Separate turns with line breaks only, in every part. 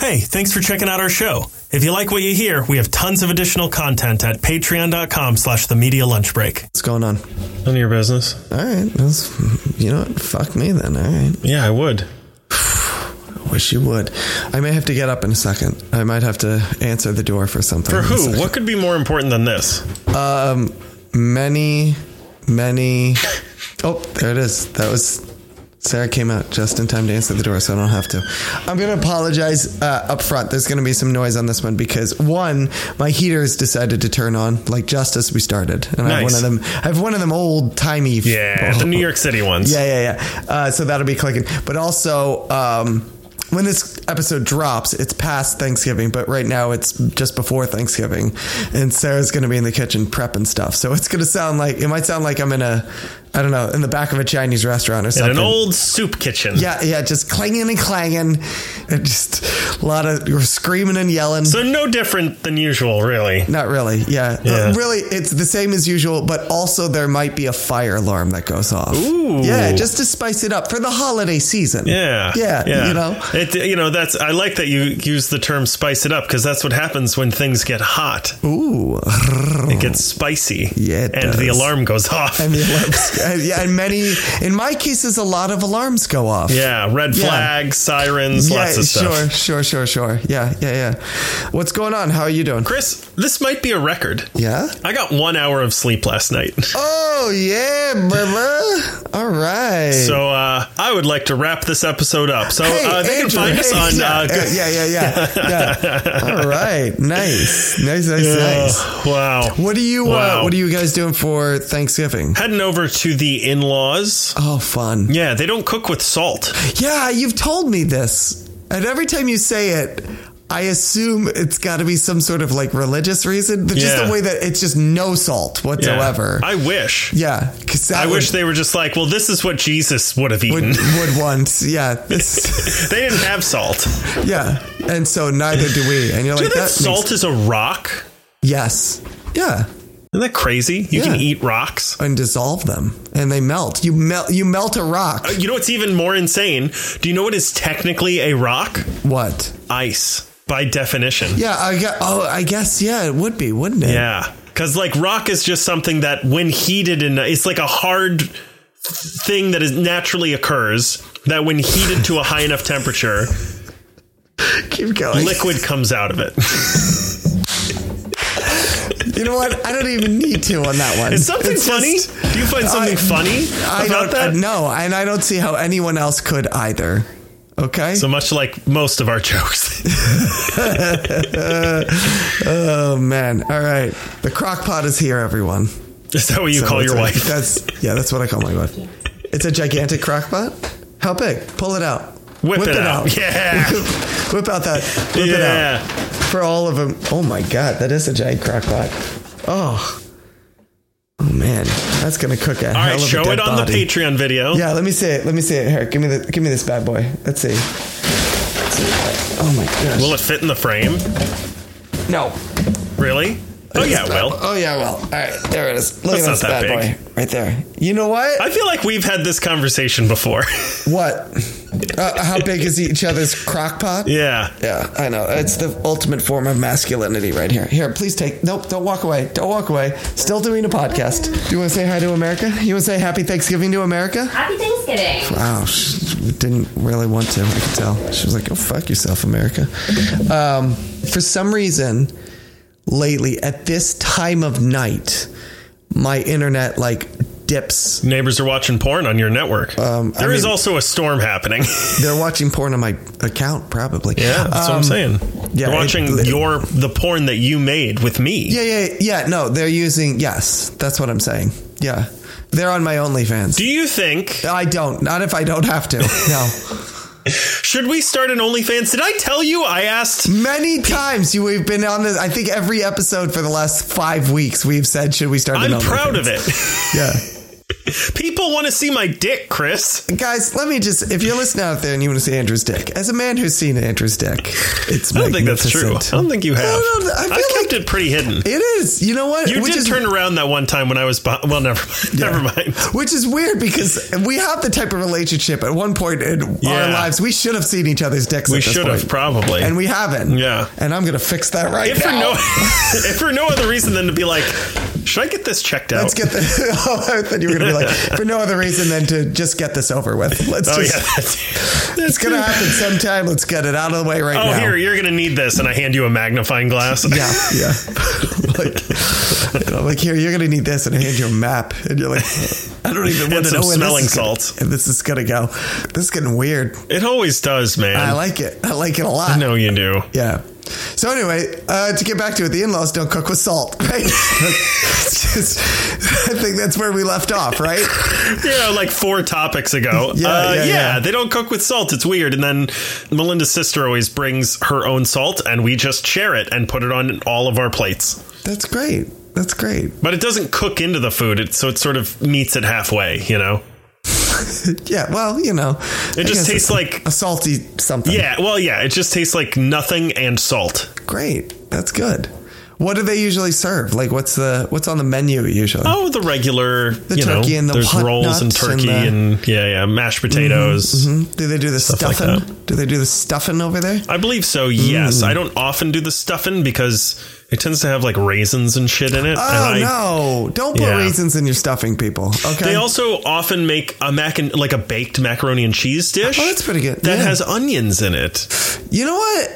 Hey, thanks for checking out our show. If you like what you hear, we have tons of additional content at patreon.com slash the media lunch break.
What's going on?
None of your business.
All right. That's, you know what? Fuck me then. All right.
Yeah, I would.
I wish you would. I may have to get up in a second. I might have to answer the door for something.
For
in a
who?
second.
What could be more important than this?
Um, many, many. Oh, there it is. That was Sarah came out just in time to answer the door, so I don't have to. I'm gonna apologize uh, up front. There's gonna be some noise on this one because one, my heater has decided to turn on like just as we started, and I have one
Nice.
of them. I have one of them old timey.
Yeah, the New York City ones.
Yeah, yeah, yeah. Uh, so that'll be clicking. But also, um, when this episode drops, it's past Thanksgiving, but right now it's just before Thanksgiving, and Sarah's going to be in the kitchen prepping stuff. So it's going to sound like it might sound like I'm in a, I don't know, in the back of a Chinese restaurant or
In an
something.
old soup kitchen.
yeah, yeah, just clanging and clanging, and just a lot of we're screaming and yelling.
So no different than usual, really.
Not really, yeah. Uh,
Yeah.
Really, it's the same as usual, but also there might be a fire alarm that goes off.
Ooh.
Yeah, just to spice it up for the holiday season.
Yeah,
Yeah, you know?
it. You know, that's. I like that you use the term "spice it up" because that's what happens when things get hot.
Ooh.
It gets spicy.
Yeah, it
and the
does.
alarm goes off.
And the alarms, uh, yeah, and many, in my cases, a lot of alarms go off.
yeah, red
Yeah.
flags, sirens,
Yeah,
lots of stuff.
sure, sure, sure, sure. Yeah, yeah, yeah. What's going on? How are you doing?
Chris, this might be a record.
Yeah.
I got one hour of sleep last night,
Oh yeah, brother. All right.
so uh, I would like to wrap this episode up. So
Hey,
uh, they can
Andrew,
find us
hey,
on.
yeah,
uh,
uh, yeah, yeah, yeah, yeah. All right, nice, nice, nice, nice.
Oh, wow.
What do you
Wow.
uh, What are you guys doing for Thanksgiving?
Heading over to the in-laws.
Oh, fun.
Yeah, they don't cook with salt.
Yeah, you've told me this, and every time you say it. I assume it's got to be some sort of like religious reason, but just
Yeah.
the way that it's just no salt
Yeah.
whatsoever.
I wish.
Yeah, because that
I
would,
wish they were just like, well, this is what Jesus would have
would,
eaten.
would once. Yeah, this,
they didn't have salt.
yeah, and so neither do we. And you're
Do
like
you know that
that.
salt
Makes,
is a rock?
yes. Yeah.
Isn't that crazy? You can
Yeah.
eat rocks.
and dissolve them and they melt you melt you melt a rock
You know what's even more insane? Do you know what is technically a rock?
what
Ice, by definition.
yeah i guess, oh i guess yeah it would be wouldn't it
Yeah. Because, like, rock is just something that when heated and it's like a hard thing that is naturally occurs that when heated to a high enough temperature,
keep going
liquid comes out of it.
you know what i don't even need to on that one
Is something
It's
funny?
just-
Do you find something
I-
funny
i
about
don't
that?
no and i don't see how anyone else could either okay
So much like most of our jokes.
oh man all right the crock pot is here everyone
Is that what you
So
call
that's
your
what-
wife?
that's yeah that's what i call my wife it's a gigantic crock pot how big pull it out
Whip, it, out. Yeah.
whip out that whip it out
yeah.
for all of them. Oh my god, that is a giant crock pot. Oh, oh man, that's gonna cook a
All
hell
right,
of a
show
dead
it on
body.
the Patreon video.
Yeah, let me see it. Let me see it. Here, give me the give me this bad boy. Let's see. Let's see. Oh my gosh.
Will it fit in the frame?
no.
Really? Oh yeah, well.
Oh yeah, well. All right, there it is. Look
That's
at
not
this
that
bad boy right there. You know what?
I feel like we've had this conversation before.
what? Uh, how big is each other's crock pot?
yeah.
Yeah, I know. It's the ultimate form of masculinity right here. Here, please take. Nope, don't walk away. Don't walk away. Still doing a podcast. Do you want to say hi to America? You want to say happy Thanksgiving to America?
Happy Thanksgiving.
Wow, she Oh, didn't really want to. I could tell. She was like, oh, fuck yourself, America. Um, for some reason, lately, at this time of night, my internet like dips.
Neighbors are watching porn on your network.
Um, I
there is
mean-
also a storm happening.
They're watching porn on my account, probably.
yeah, that's what I'm
Um,
saying.
yeah,
They're watching
it-
your the porn that you made with me.
Yeah, yeah, yeah. No, they're using. Yes, that's what I'm saying. Yeah, they're on my OnlyFans.
Do you think
I don't. Not if I don't have to. No.
should we start an OnlyFans? Did I tell you I asked
Many times you we've been on this. I think every episode for the last five weeks we've said, "Should we start?" an
I'm proud
OnlyFans?"
of it.
Yeah.
People want to see my dick, Chris.
Guys, let me just, if you're listening out there and you want to see Andrew's dick, as a man who's seen Andrew's dick, it's
I don't think that's true. I don't think you have. I,
don't know. I feel
kept it pretty hidden.
It is. You know what?
You
which
did
is,
turn around that one time when I was. Behind, well, never mind. Never mind.
Which is weird because we have the type of relationship at one point in our
Yeah.
lives. We should have seen each other's dicks
We
at this
should have
point.
probably.
And we haven't.
Yeah.
And I'm going to fix that right
if for
now.
no, if for no other reason than to be like, should I get this checked out?
Let's get the. Oh, I thought you were going to be like, for no other reason than to just get this over with. Let's
oh
just.
yeah, that's,
It's going to happen sometime. Let's get it out of the way right
Oh,
now.
here you're gonna need this, and I hand you a magnifying glass.
Yeah, yeah. like, and I'm like, here, you're gonna need this, and I hand you a map, and you're like, I don't even want to
some
know where
smelling
this is gonna-
salts.
and this is gonna go. This is getting weird.
It always does, man.
I like it. I like it a lot.
no, you do.
Yeah. So anyway, uh, to get back to it, the in-laws don't cook with salt, right? It's just, I think that's where we left off, right?
you know, like four topics ago.
Yeah,
uh,
yeah,
yeah,
yeah.
they don't cook with salt. It's weird. And then Melinda's sister always brings her own salt, and we just share it and put it on all of our plates.
That's great. That's great.
But it doesn't cook into the food, it, so it sort of meets it halfway. You know,
Yeah. Well, you know,
it just tastes like
a salty something.
yeah. Well, yeah, it just tastes like nothing and salt.
Great. That's good. What do they usually serve? Like, what's the what's on the menu usually?
Oh, the regular, you
turkey
know,
and the
there's
hot
rolls and
nuts and
turkey
the-
and, yeah, yeah, mashed potatoes.
Hmm? Do they do the
like
stuffing? do they do the stuffing over there?
I believe so.
Hmm.
Yes, I don't often do the stuffing because it tends to have like raisins and shit in it. and
Oh
I,
no! Don't put
Yeah.
raisins in your stuffing, people. Okay.
They also often make a mac and like a baked macaroni and cheese dish.
Oh, that's pretty good.
That
Yeah.
has onions in it.
you know what?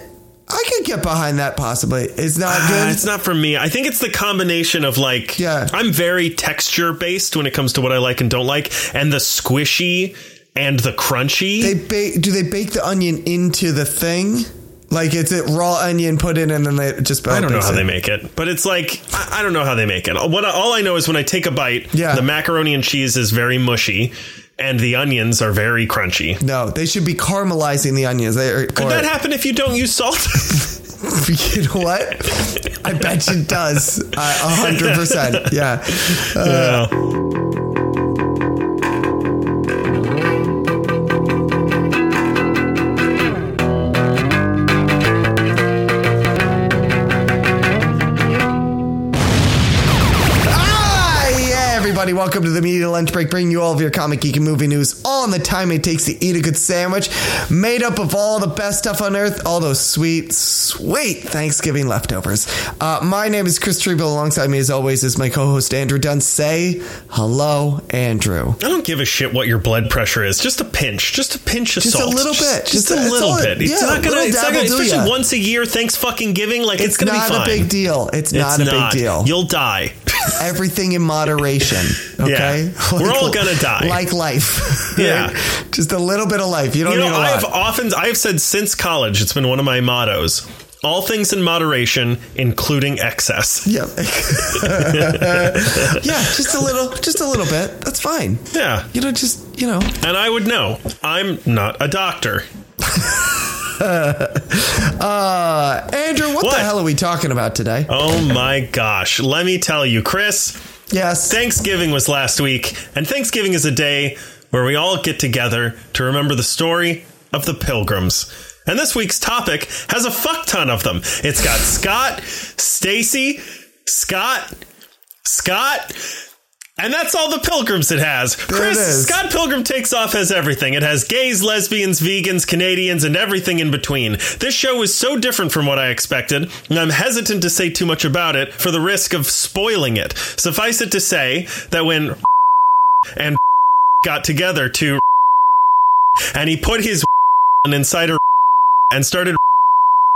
I could get behind that. Possibly, it's not
Ah,
good.
it's not for me. I think it's the combination of like
Yeah.
I'm very texture based when it comes to what I like and don't like, and the squishy and the crunchy.
they bake. Do they bake the onion into the thing? Like it's it raw onion put in, and then they just.
I don't know how they make it, but it's like I, I don't know how they make it. What I- all I know is when I take a bite,
Yeah.
the macaroni and cheese is very mushy, and the onions are very crunchy.
No, they should be caramelizing the onions. They are,
Could that happen if you don't use salt?
you know what? I bet it does. A hundred percent. Yeah. Ah, yeah, everybody. Welcome to the Media Lunch Break, bringing you all of your comic geek and movie news, all in the time it takes to eat a good sandwich, made up of all the best stuff on earth, all those sweet, sweet Thanksgiving leftovers. Uh, my name is Chris Treble. Alongside me, as always, is my co-host Andrew Dunn. Say hello, Andrew.
I don't give a shit what your blood pressure is. Just a pinch. Just a pinch of
Just a
salt.
little bit.
Just,
Just a-
a
it's
little
all-
bit. It's
yeah,
not gonna.
little
It's not
dabble
gonna.
do
Especially
ya.
once a year, thanks fucking giving. Like it's,
It's
gonna
not
be
a
fine.
big deal. It's not a
it's not.
big deal.
You'll die.
Everything in moderation. Okay,
Yeah. We're all gonna die.
Like life.
Yeah.
just a little bit of life. You don't
you
need
know,
a lot.
I've often I've said since college, it's been one of my mottos. All things in moderation, including excess.
Yeah. yeah, just a little, just a little bit. That's fine.
Yeah.
You know, just, you know,
And I would know. I'm not a doctor.
uh, Andrew, what,
What?
the hell are we talking about today?
Oh my gosh. Let me tell you, Chris,
yes.
Thanksgiving was last week, and Thanksgiving is a day where we all get together to remember the story of the pilgrims. And this week's topic has a fuck ton of them. It's got Scott, Stacy, Scott, Scott, and that's all the pilgrims it has. Chris,
is.
Scott Pilgrim takes off as everything. It has gays, lesbians, vegans, Canadians, and everything in between. This show is so different from what I expected, and I'm hesitant to say too much about it for the risk of spoiling it. Suffice it to say that when and got together to and he put his inside her and started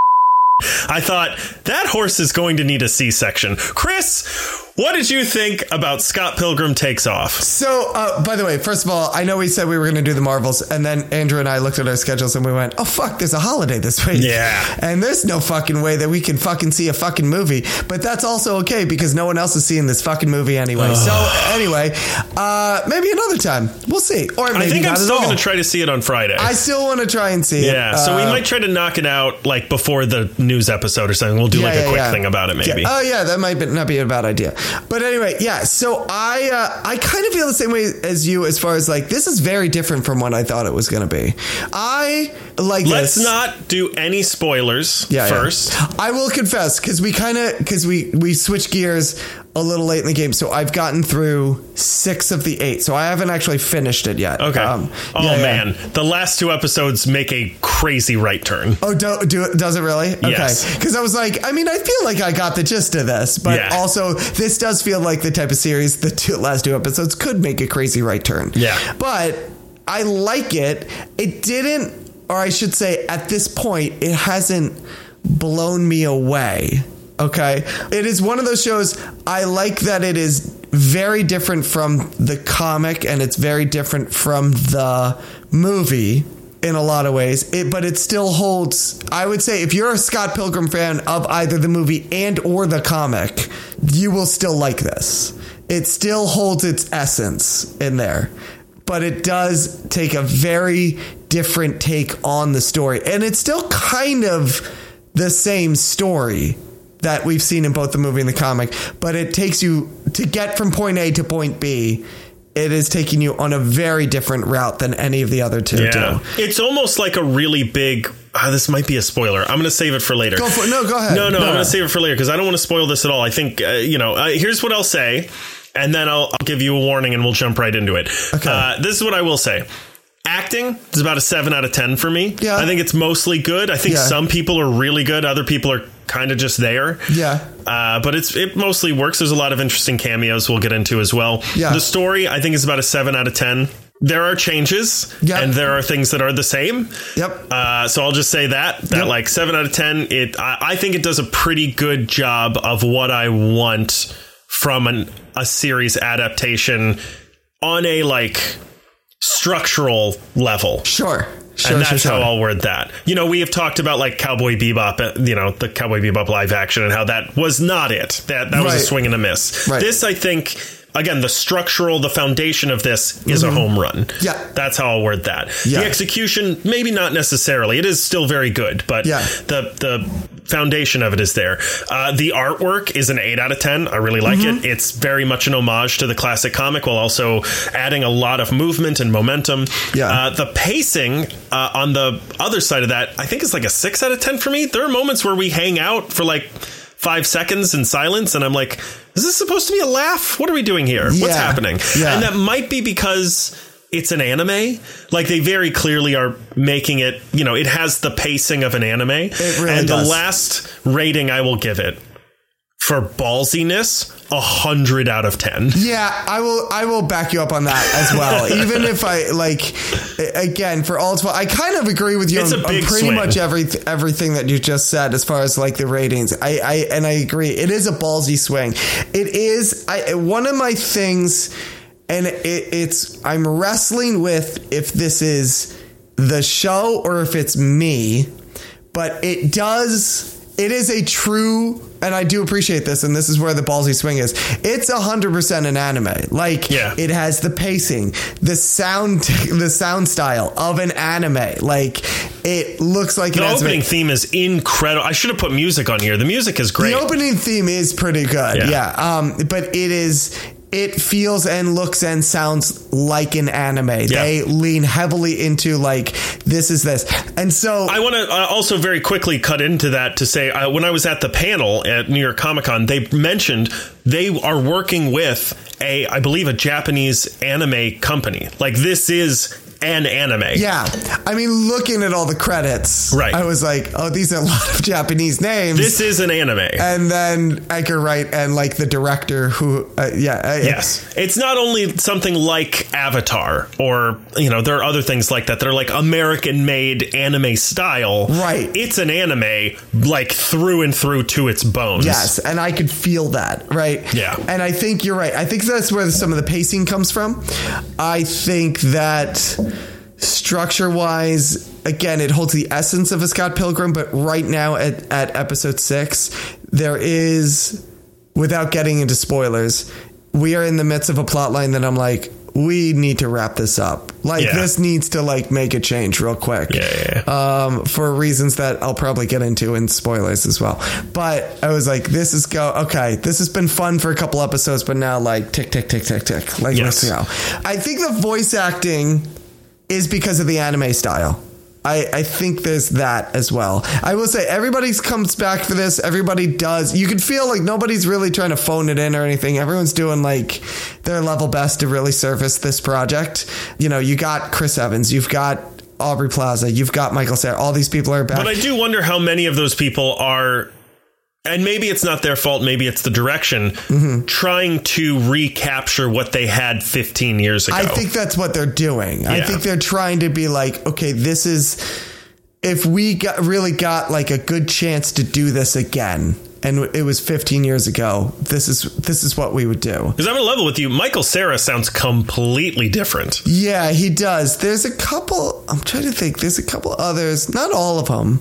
I thought that horse is going to need a C-section. Chris, what did you think about Scott Pilgrim takes off?
So, uh, by the way, first of all, I know we said we were going to do the Marvels, and then Andrew and I looked at our schedules and we went, oh, fuck, there's a holiday this week.
Yeah.
And there's no fucking way that we can fucking see a fucking movie. But that's also okay because no one else is seeing this fucking movie anyway. so, anyway, uh, maybe another time. We'll see. Or maybe
I think
not
I'm
at
still
all.
going to try to see it on Friday.
I still want to try and see it.
yeah, so we
Uh,
might try to knock it out like before the news episode or something. We'll do like a quick thing about it maybe.
uh, Yeah. Oh yeah, that might be, not be a bad idea. But anyway, yeah. So I uh, I kind of feel the same way as you as far as like this is very different from what I thought it was going to be. I like
Let's
this.
not do any spoilers
Yeah, yeah.
first.
I will confess because we kind of because we we switch gears a little late in the game, so I've gotten through six of the eight, so I haven't actually finished it yet.
Okay.
Um,
oh
yeah, yeah.
man, the last two episodes make a crazy right turn.
Oh, do, do it? Does it really? Okay.
Yes.
Because I was like, I mean, I feel like I got the gist of this, but
Yeah.
also this does feel like the type of series the two last two episodes could make a crazy right turn.
Yeah.
But I like it. It didn't, or I should say, at this point, it hasn't blown me away. Okay. It is one of those shows I like that it is very different from the comic and it's very different from the movie in a lot of ways it, but it still holds i would say if you're a scott pilgrim fan of either the movie and or the comic you will still like this it still holds its essence in there but it does take a very different take on the story and it's still kind of the same story that we've seen in both the movie and the comic but it takes you to get from point a to point b it is taking you on a very different route than any of the other two do
It's almost like a really big. ah, this might be a spoiler. I'm going to save it for later.
Go for it. No, go ahead.
No, no,
No,
I'm
no.
going to save it for later because I don't want to spoil this at all. I think, uh, you know, uh, here's what I'll say, and then I'll, I'll give you a warning and we'll jump right into it.
Okay.
Uh, this is what I will say. Acting is about a 7 out of 10 for me.
Yeah.
I think it's mostly good. I think
Yeah.
some people are really good, other people are kind of just there.
yeah
Uh, but it's it mostly works. There's a lot of interesting cameos we'll get into as well.
Yeah.
The story I think is about a seven out of ten. There are changes,
Yeah.
and there are things that are the same.
Yep.
Uh, so I'll just say that that
Yep.
like seven out of ten. It I, I think it does a pretty good job of what I want from an, a series adaptation on a like structural level
Sure. Sure,
and that's
sure,
how
sure.
I'll word that. You know, we have talked about like Cowboy Bebop, uh, you know, the Cowboy Bebop live action and how that was not it. That that was a
Right.
swing and a miss.
Right.
This, I think, again, the structural, the foundation of this is a home run.
Mm-hmm. Yeah.
that's how I'll word that.
Yeah.
The execution, maybe not necessarily. It is still very good, but
Yeah.
the the foundation of it is there. Uh, the artwork is an eight out of ten. I really like it. It's very much an homage to the classic comic, while also adding a lot of movement and momentum.
Yeah.
Uh, the pacing uh, on the other side of that, I think is like a six out of ten for me. There are moments where we hang out for like five seconds in silence, and I'm like, "Is this supposed to be a laugh? What are we doing here? What's
Yeah.
happening?"
Yeah.
And that might be because it's an anime. Like they very clearly are making it. You know, it has the pacing of an anime. It
really
and
does.
the last rating I will give it for ballsiness, a hundred out of ten.
Yeah, I will. I will back you up on that as well. Even if I like, a- again, for all, it's well, I kind of agree with you
It's
on,
a
on
big
pretty
swing.
much every everything that you just said as far as like the ratings. I, I and I agree. It is a ballsy swing. It is. I one of my things, and it, it's I'm wrestling with if this is the show or if it's me, but it does. It is a true, and I do appreciate this, and this is where the ballsy swing is. It's hundred percent an anime. Like
Yeah.
it has the pacing, the sound, the sound style of an anime. Like it looks like an
The
anime.
opening theme is incredible. I should have put music on here. The music is great.
The opening theme is pretty good.
Yeah.
Yeah. Um, but it is it feels and looks and sounds like an anime. They lean heavily into like this is this. And so
I want to uh, also very quickly cut into that to say uh, when I was at the panel at New York Comic Con, they mentioned they are working with a, I believe, a Japanese anime company. Like this is an anime.
yeah, I mean, looking at all the credits,
Right.
I was like, "Oh, these are a lot of Japanese names."
This is an anime.
and then Edgar Wright and like the director, who, uh, yeah, I-
Yes. It's not only something like Avatar or, you know, there are other things like that that are like American made anime style.
Right.
It's an anime like through and through to its bones.
Yes, and I could feel that, right?
Yeah.
And I think you're right. I think that's where some of the pacing comes from. I think that structure wise, again, it holds the essence of a Scott Pilgrim, but right now at, at episode six, there is, without getting into spoilers, we are in the midst of a plot line that I'm like, we need to wrap this up. Like
Yeah.
this needs to like make a change real quick.
Yeah, yeah,
Um, for reasons that I'll probably get into in spoilers as well. But I was like, this is go okay. This has been fun for a couple episodes, but now like tick tick tick tick tick. Like
Yes.
let's go. I think the voice acting is because of the anime style. I, I think there's that as well. I will say everybody comes back for this. Everybody does. You can feel like nobody's really trying to phone it in or anything. Everyone's doing like their level best to really service this project. You know, you got Chris Evans, you've got Aubrey Plaza, you've got Michael Sarah. All these people are back.
But I do wonder how many of those people are, and maybe it's not their fault, maybe it's the direction, trying to recapture what they had 15 years ago.
I think that's what they're doing. I
Yeah.
think they're trying to be like, okay, this is if we got really got like a good chance to do this again, and it was 15 years ago. This is this is what we would do.
Because I'm in level with you, Michael Sarah sounds completely different.
Yeah, he does. There's a couple. I'm trying to think. There's a couple others. Not all of them.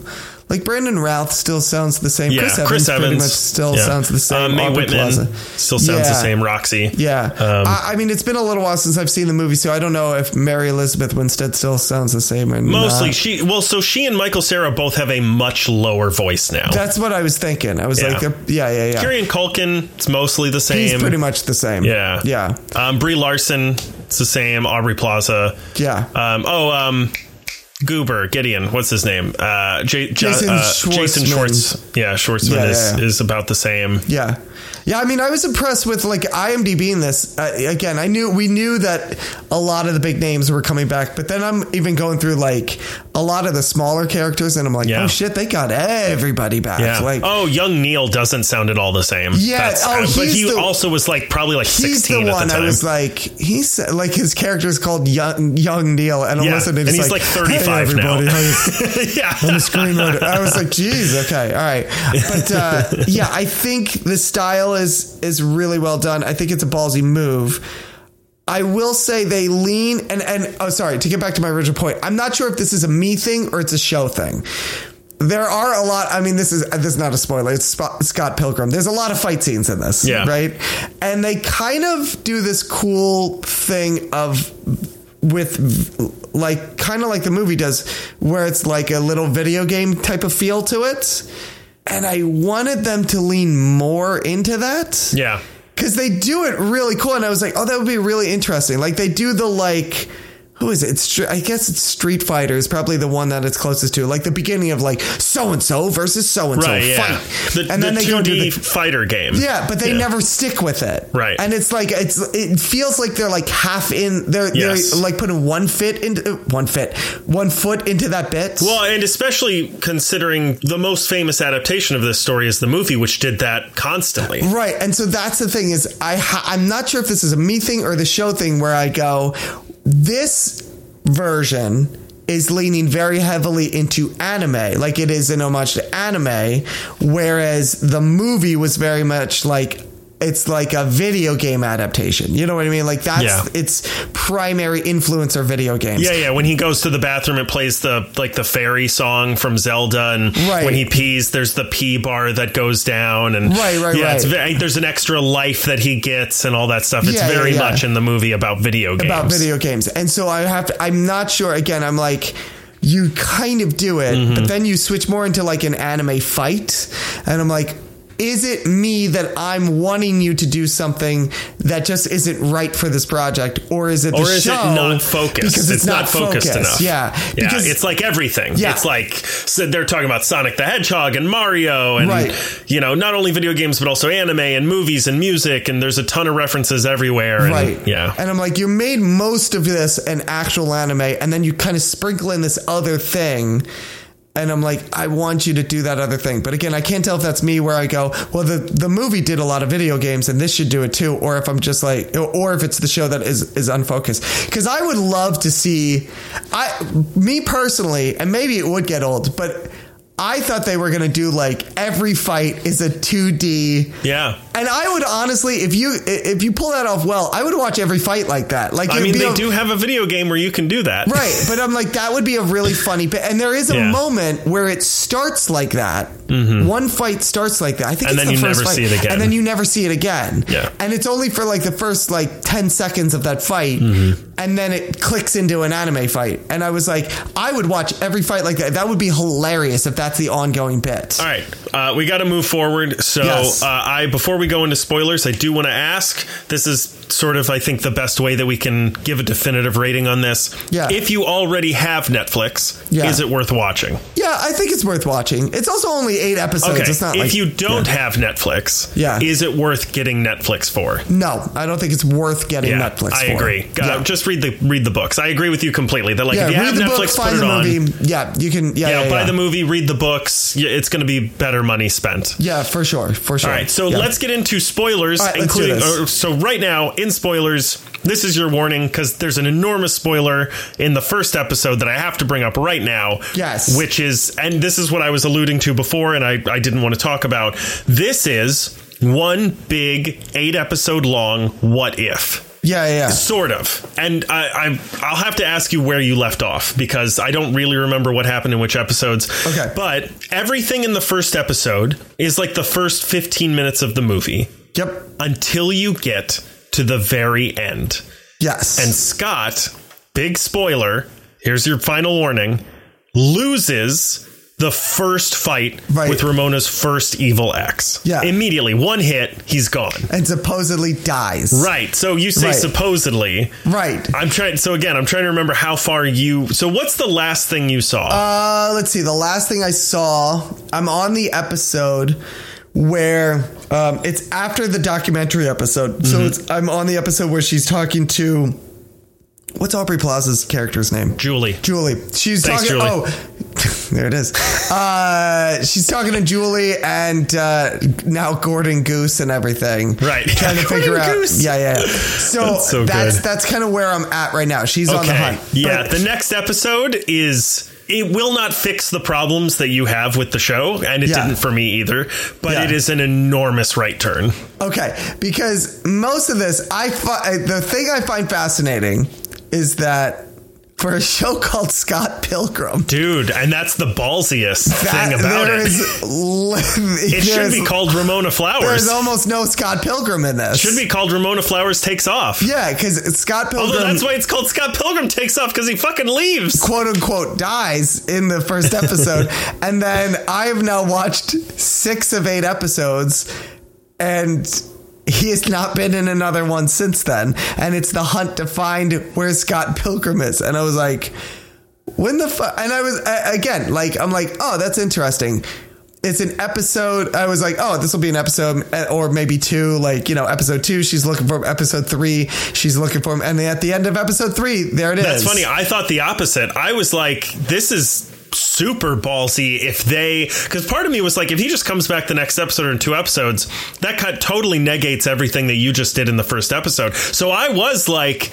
Like Brandon Routh still sounds the same.
Yeah,
Chris Evans, pretty much still
yeah.
sounds the same.
Uh, Mae
Aubrey
Whitman Um,
Plaza.
still sounds the
Yeah.
same. Roxy,
Yeah. I, I mean, it's been a little while since I've seen the movie, so I don't know if Mary Elizabeth Winstead still sounds the same or
mostly
not.
she. Well, so she and Michael Sarah both have a much lower voice now.
That's what I was thinking. I was
Yeah.
like, they're- yeah, yeah, yeah.
Kieran Culkin, it's mostly the same.
He's pretty much the same.
Yeah.
Yeah.
Um, Brie Larson, it's the same. Aubrey Plaza.
Yeah.
Um, oh, um, Goober, Gideon, what's his name? Uh, J- Jo-
Jason
uh, Jason
Schwartzman.
Schwartz. Yeah, Schwartzman
Yeah,
is,
yeah, yeah.
is about the same.
Yeah. Yeah, I mean, I was impressed with like IMDb in this. Uh, again, I knew we knew that a lot of the big names were coming back, but then I'm even going through like a lot of the smaller characters, and I'm like,
Yeah.
oh shit, they got everybody back.
Yeah.
Like,
oh, young Neil doesn't sound at all the same.
Yeah, oh,
but
he's
he
the-
also was like probably like
he's the
sixteen at
one
the
I
time.
was like, he's like his character is called Young Young Neil, and I'm
Yeah,
listening,
and
it's
he's, like, 35 now.
everybody, How you-
yeah,
I'm a screenwriter. I was like, geez, okay, all right. But uh, yeah, I think the style is is really well done. I think it's a ballsy move. I will say they lean and and oh sorry, to get back to my original point, I'm not sure if this is a me thing or it's a show thing. There are a lot. I mean, this is this is not a spoiler. It's Sp- Scott Pilgrim. There's a lot of fight scenes in this,
Yeah.
right? And they kind of do this cool thing of with like kind of like the movie does, where it's like a little video game type of feel to it. And I wanted them to lean more into that
yeah.
because they do it really cool. And I was like, oh, that would be really interesting. Like they do the like. Who is it? It's, Stre- I guess it's Street Fighter is probably the one that it's closest to. Like the beginning of like so and so versus so and so
Right, yeah.
fight,
The,
and then
the
they
2D
go do the
fighter game.
yeah, but they never stick with it.
Right.
And it's like it's it feels like they're like half in they're
Yes.
they're like putting one fit into one fit one foot into that bit.
Well, and especially considering the most famous adaptation of this story is the movie, which did that constantly.
Right, and so that's the thing is I ha- I'm not sure if this is a me thing or the show thing where I go this version is leaning very heavily into anime, like it is an homage to anime, whereas the movie was very much like it's like a video game adaptation. You know what I mean? Like that's
Yeah.
its primary influence are video games.
Yeah, yeah. When he goes to the bathroom, it plays the like the fairy song from Zelda, and
Right.
when he pees, there's the pee bar that goes down, and
Right, right,
yeah, It's
right.
very, there's an extra life that he gets, and all that stuff. It's
Yeah, yeah,
very
yeah.
much in the movie about video games.
about video games. And so I have to, I'm not sure. Again, I'm like, you kind of do it,
Mm-hmm.
but then you switch more into like an anime fight. And I'm like, is it me that I'm wanting you to do something that just isn't right for this project? Or is it the
Or is it
show?
not focused?
Because it's, not, focused,
enough.
Yeah.
Yeah,
Because
it's like everything.
Yeah.
It's like so they're talking about Sonic the Hedgehog and Mario, and
Right.
you know, not only video games but also anime and movies and music, and there's a ton of references everywhere. And,
Right.
Yeah.
And I'm like, you made most of this an actual anime, and then you kind of sprinkle in this other thing. And I'm like, I want you to do that other thing. But again, I can't tell if that's me where I go, well, the, the movie did a lot of video games and this should do it too. Or if I'm just like, or if it's the show that is, is unfocused. Cause I would love to see, I, me personally, and maybe it would get old, but I thought they were going to do like every fight is a 2D
yeah.
And I would honestly, if you if you pull that off well, I would watch every fight like that. Like
I
it'd
mean,
be
they
a-
do have a video game where you can do that.
Right, but I'm like that would be a really funny bit, and there is a
Yeah. Mm-hmm.
moment where it starts like that. One fight starts like that. I think
And
it's
then
the
you
first
never
fight,
see it again.
and then you never see it again.
Yeah.
and it's only for like the first like ten seconds of that fight,
Mm-hmm.
and then it clicks into an anime fight. And I was like, I would watch every fight like that. That would be hilarious if that's the ongoing bit.
All right, uh, we got to move forward. So,
Yes.
uh, I before we go into spoilers, I do want to ask. This is sort of, I think, the best way that we can give a definitive rating on this.
Yeah.
If you already have Netflix,
Yeah.
is it worth watching?
Yeah, I think it's worth watching. It's also only eight episodes.
Okay.
It's not
if
like
you don't have Netflix,
Yeah.
is it worth getting Netflix for?
no, I don't think it's worth getting
Yeah,
Netflix.
I
for.
agree. Uh,
Yeah.
Just read the read the books. I agree with you completely. That like
Yeah,
if you
read
have
the
Netflix,
book,
put
find
it
the
on.
movie. Yeah, you can. Yeah,
Yeah,
yeah,
buy
yeah.
the movie, read the books. Yeah, It's going to be better money spent.
Yeah, for sure, for sure.
All right, so
Yeah.
let's get into spoilers,
All right, let's do
including.
this.
uh, so right now in spoilers, this is your warning because there's an enormous spoiler in the first episode that I have to bring up right now.
Yes.
which is, and this is what I was alluding to before, and I, I didn't want to talk about. This is one big eight episode long what if.
Yeah, yeah, yeah.
Sort of, and I, I, I'll have to ask you where you left off because I don't really remember what happened in which episodes.
Okay.
but everything in the first episode is like the first fifteen minutes of the movie
Yep.
until you get to the very end.
Yes.
And Scott, big spoiler. Here's your final warning: loses the first fight
Right.
with Ramona's first evil ex.
Yeah.
immediately one hit, he's gone.
and supposedly dies.
Right. So you say
Right.
supposedly.
Right.
I'm trying. So again, I'm trying to remember how far you. So what's the last thing you saw?
Uh, let's see. The last thing I saw, I'm on the episode where um, it's after the documentary episode. So
Mm-hmm.
it's I'm on the episode where she's talking to what's Aubrey Plaza's character's name?
Julie.
Julie. She's
Thanks,
talking.
Julie.
Oh, there it is. Uh, she's talking to Julie and uh, now Gordon Goose and everything.
Right.
Trying to
Gordon
figure out.
Goose.
Yeah, yeah. yeah. So that's
That's so
that's,
good.
kind of where I'm at right now. She's on the hunt.
Yeah.
But-
the next episode is. It will not fix the problems that you have with the show, and it
Yeah.
didn't for me either. But
Yeah.
it is an enormous right turn.
Okay, because most of this, I fi- the thing I find fascinating is that for a show called Scott Pilgrim,
Dude, and that's the ballsiest
that
thing about
there
it.
is li-
it should
there's-
be called Ramona Flowers.
There's almost no Scott Pilgrim in this.
should be called Ramona Flowers Takes Off.
Yeah, because Scott
Although
Pilgrim,
that's why it's called Scott Pilgrim Takes Off, because he fucking leaves.
quote unquote, dies in the first episode. and then I have now watched six of eight episodes, and he has not been in another one since then. And it's the hunt to find where Scott Pilgrim is. And I was like, when the fuck? And I was, a- again, like, I'm like, oh, that's interesting. It's an episode. I was like, oh, this will be an episode eh, or maybe two. Like, you know, episode two, she's looking for him. Episode three, she's looking for him. And then at the end of episode three, there it is.
That's funny. I thought the opposite. I was like, this is super ballsy if they because part of me was like if he just comes back the next episode or in two episodes that cut totally negates everything that you just did in the first episode so i was like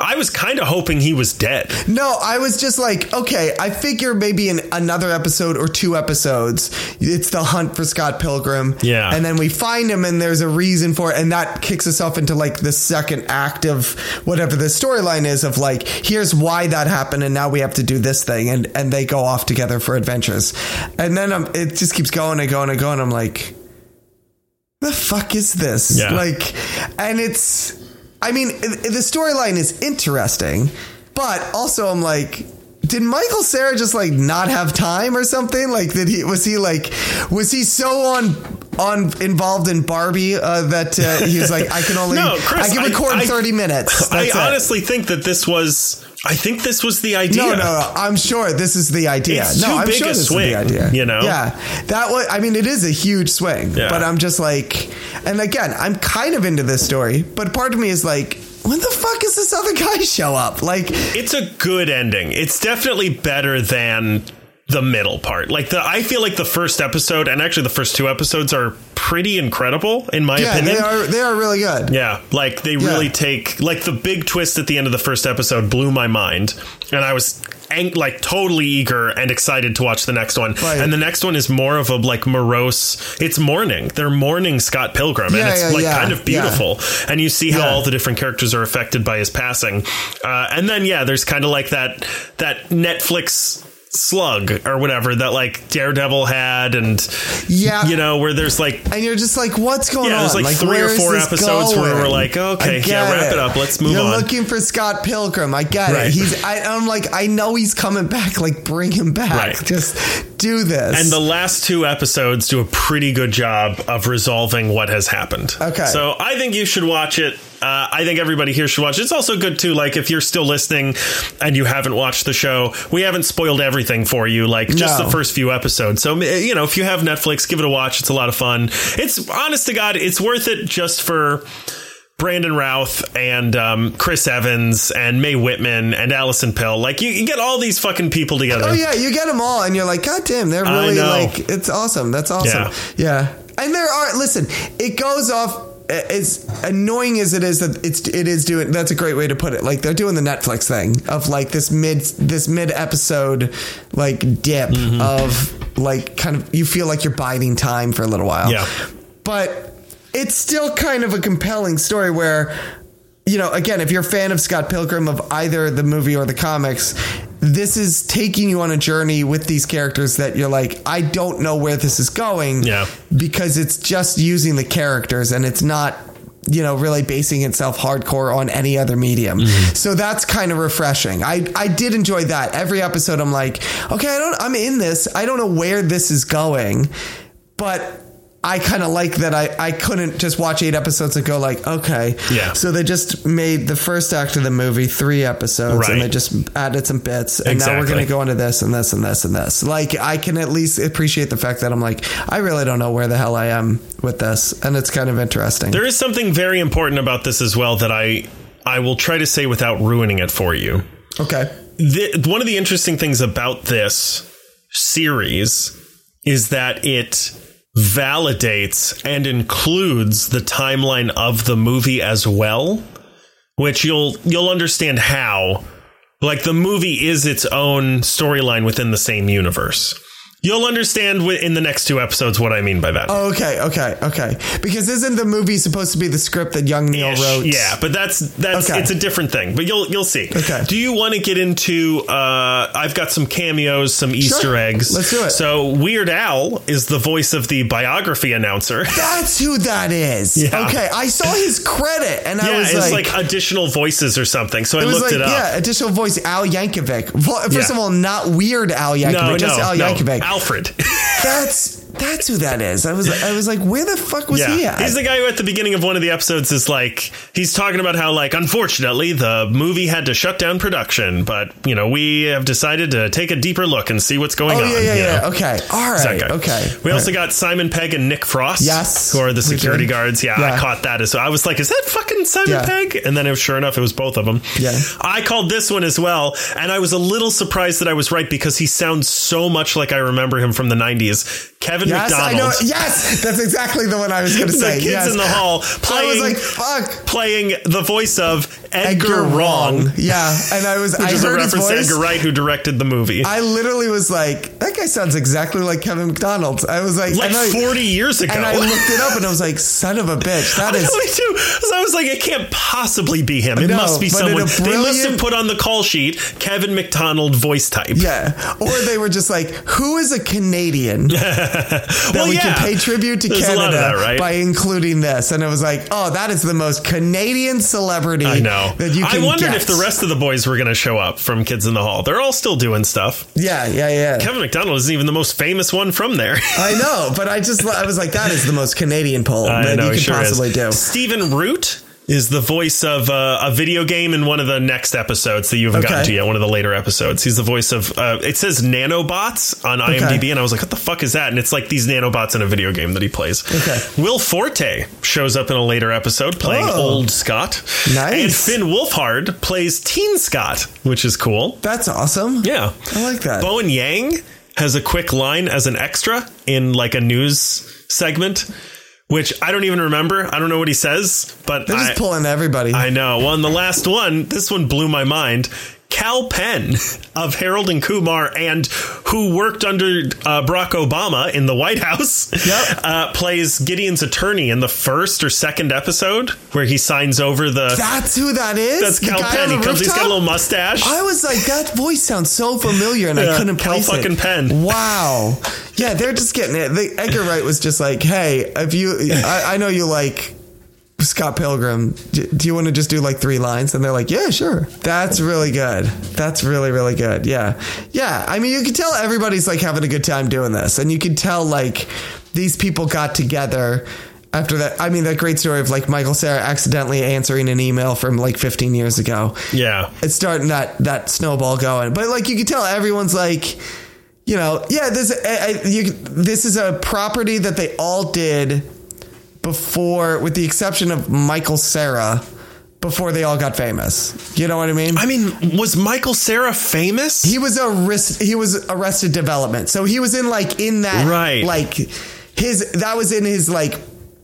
i was kind of hoping he was dead
No, I was just like, okay, I figure maybe in another episode or two episodes, it's the hunt for Scott Pilgrim.
Yeah.
And then we find him and there's a reason for it. And that kicks us off into like the second act of whatever the storyline is of like, here's why that happened. And now we have to do this thing. And, and they go off together for adventures. And then um, it just keeps going and going and going. I'm like, the fuck is this?
Yeah.
Like, and it's, I mean, i- the storyline is interesting, but also I'm like, did Michael Sarah just like not have time or something? Like, did he was he like was he so on on involved in Barbie uh, that uh, he was like, I can only
No, Chris,
I can
I-
record
I-
thirty minutes. That's
i
it.
honestly think that this was i think this was the idea
No, no, no. I'm sure this is the idea.
It's
no,
too
I'm
big
sure
a
this
swing,
is the idea.
you know?
Yeah. That was I mean it is a huge swing,
Yeah.
but I'm just like and again, I'm kind of into this story, but part of me is like when the fuck is this other guy show up? Like
it's a good ending. It's definitely better than the middle part. Like the I feel like the first episode and actually the first two episodes are pretty incredible in my
yeah,
opinion.
they are they are really good.
Yeah, like they really take like the big twist at the end of the first episode blew my mind, and I was ang- like totally eager and excited to watch the next one.
Right.
And the next one is more of a like morose. It's mourning. They're mourning Scott Pilgrim,
Yeah,
and it's
yeah,
like
yeah,
kind of
yeah.
beautiful. And you see how
Yeah.
all the different characters are affected by his passing. Uh, and then yeah, there's kind of like that that Netflix slug or whatever that like Daredevil had, and
Yeah.
you know where there's like
and you're just like, what's going
Yeah,
on?
there's like three
where
or
is
four
this
episodes where we're like, okay,
I
yeah,
get
wrap it up, let's move
you're
on.
looking for Scott Pilgrim. I get
Right.
it. He's. I, I'm like, I know he's coming back. Like, bring him back.
Right.
Just do this.
And the last two episodes do a pretty good job of resolving what has happened.
Okay.
So I think you should watch it. Uh, I think everybody here should watch it. It's also good, too, like if you're still listening and you haven't watched the show, we haven't spoiled everything for you, like just
No.
the first few episodes. So, eh, you know, if you have Netflix, give it a watch. It's a lot of fun. It's honest to God, it's worth it just for. Brandon Routh and um, Chris Evans and Mae Whitman and Allison Pill. Like, you, you get all these fucking people together.
Oh yeah, you get them all, and you're like, God damn, they're
I
really
know.
like, it's awesome. That's awesome. Yeah. and there are. Listen, it goes off. As annoying as it is that it's it is doing that's a great way to put it like they're doing the Netflix thing of like this mid this mid episode like dip
Mm-hmm.
of like kind of you feel like you're biding time for a little while
Yeah.
but it's still kind of a compelling story where you know again if you're a fan of scott pilgrim of either the movie or the comics this is taking you on a journey with these characters that you're like i don't know where this is going
Yeah.
because it's just using the characters and it's not you know really basing itself hardcore on any other medium
Mm-hmm.
so that's kind of refreshing i i did enjoy that every episode i'm like okay i don't i'm in this i don't know where this is going but I kind of like that I, I couldn't just watch eight episodes and go like okay
Yeah.
so they just made the first act of the movie three episodes
Right.
and they just added some bits and now we're
Exactly.
gonna go into this and this and this and this like I can at least appreciate the fact that I'm like I really don't know where the hell I am with this and it's kind of interesting
There is something very important about this as well that I I will try to say without ruining it for you.
okay
The, one of the interesting things about this series is that it validates and includes the timeline of the movie as well, which you'll you'll understand how like the movie is its own storyline within the same universe. You'll understand wi- in the next two episodes what I mean by that.
okay okay okay because isn't the movie supposed to be the script that young Neil
Ish.
wrote
Yeah, but that's that's
Okay.
it's a different thing. But you'll you'll see.
Okay.
Do you want to get into? Uh, I've got some cameos, some Easter eggs.
Let's do it.
So Weird Al is the voice of the biography announcer.
that's who that is
Yeah.
okay I saw his credit and I
yeah,
was
it's like, additional voices or something. So I
It was
looked
like,
it up.
yeah, additional voice Al Yankovic. Vo- First
Yeah.
of all, not weird Al Yankovic,
No, no,
just Al
no.
Yankovic.
Alfred.
That's that's who that is. I was I was like, where the fuck was
yeah,
he at?
he's the guy who at the beginning of one of the episodes is like, he's talking about how like, unfortunately, the movie had to shut down production, but you know, we have decided to take a deeper look and see what's going
oh
on.
yeah, yeah,
you know?
yeah. Okay, all right,
that guy.
okay.
We also got Simon Pegg and Nick Frost.
Yes.
Who are the
We
security
did.
guards. Yeah, I
Yeah.
caught that as I was like, is that fucking Simon
Yeah.
Pegg? And then it was- sure enough, it was both of them.
Yeah.
I called this one as well, and I was a little surprised that I was right because he sounds so much like I remember him from the 90s. Kevin
yes,
McDonald.
I know. Yes, that's exactly the one I was going to
The
say.
kids
yes.
in the hall
I
playing
was like, fuck.
playing the voice of Edgar,
Edgar
Wrong, which
Yeah, and I was. I
is a
heard his
reference to
voice.
Edgar Wright, who directed the movie.
I literally was like, that guy sounds exactly like Kevin McDonald. I was like,
like
and I,
40 years ago.
and I looked it up and I was like, son of a bitch, that
I
is
know, me too. So I was like, it can't possibly be him. It
No,
must be
but in
someone.
a
They must have
brilliant-
put on the call sheet Kevin McDonald voice type.
Yeah. Or they were just like, who is a Canadian that
Well,
we
yeah.
can pay tribute to
There's a lot
Canada
of that, right?
by including this? And it was like, oh, that is the most Canadian celebrity
I know.
that you can
I wondered
get.
if the rest of the boys were going to show up from Kids in the Hall. They're all still doing stuff.
Yeah, yeah, yeah.
Kevin McDonald isn't even the most famous one from there.
I know, but I just I was like, that is the most Canadian poll
I
that
know,
you
he
could
sure
possibly
is.
do.
Stephen Root is the voice of uh, a video game in one of the next episodes that you haven't gotten
Okay.
to yet. One of the later episodes. He's the voice of. Uh, it says nanobots on IMDb, and I was like, "What the fuck is that?" And it's like these nanobots in a video game that he plays.
Okay.
Will Forte shows up in a later episode playing
Oh.
old Scott.
Nice.
And Finn Wolfhard plays teen Scott, which is cool.
That's awesome.
Yeah.
I like that.
Bowen Yang has a quick line as an extra in like a news segment, which I don't even remember. I don't know what he says, but
They're
I,
just pulling everybody.
I know. Well, and the last one, this one blew my mind. Cal Penn of Harold and Kumar, and who worked under uh, Barack Obama in the White House,
Yep.
uh, plays Gideon's attorney in the first or second episode where he signs over the.
That's who that is.
that's
The
Cal
guy
Penn.
on the
He comes, he's got a
rooftop?
little mustache.
I was like, that voice sounds so familiar, and
Yeah,
I couldn't
Cal
place
fucking
it.
Penn.
Wow. Yeah, they're just getting it. The, Edgar Wright was just like, hey, if you, I, I know you like Scott Pilgrim. D- Do you want to just do like three lines? And they're like, yeah, sure. That's really good. That's really really good. Yeah, yeah. I mean, you can tell everybody's like having a good time doing this, and you can tell like these people got together. After that, I mean, that great story of like Michael Sarah accidentally answering an email from like 15 years ago
yeah.
it's starting that that snowball going. But like you can tell, everyone's like, you know, yeah, this I, I, you, this is a property that they all did before, with the exception of Michael Sarah, before they all got famous. You know what I mean?
I mean, was Michael Sarah famous?
he was arrest, he was arrested development, so he was in like in that
Right.
like his that was in his like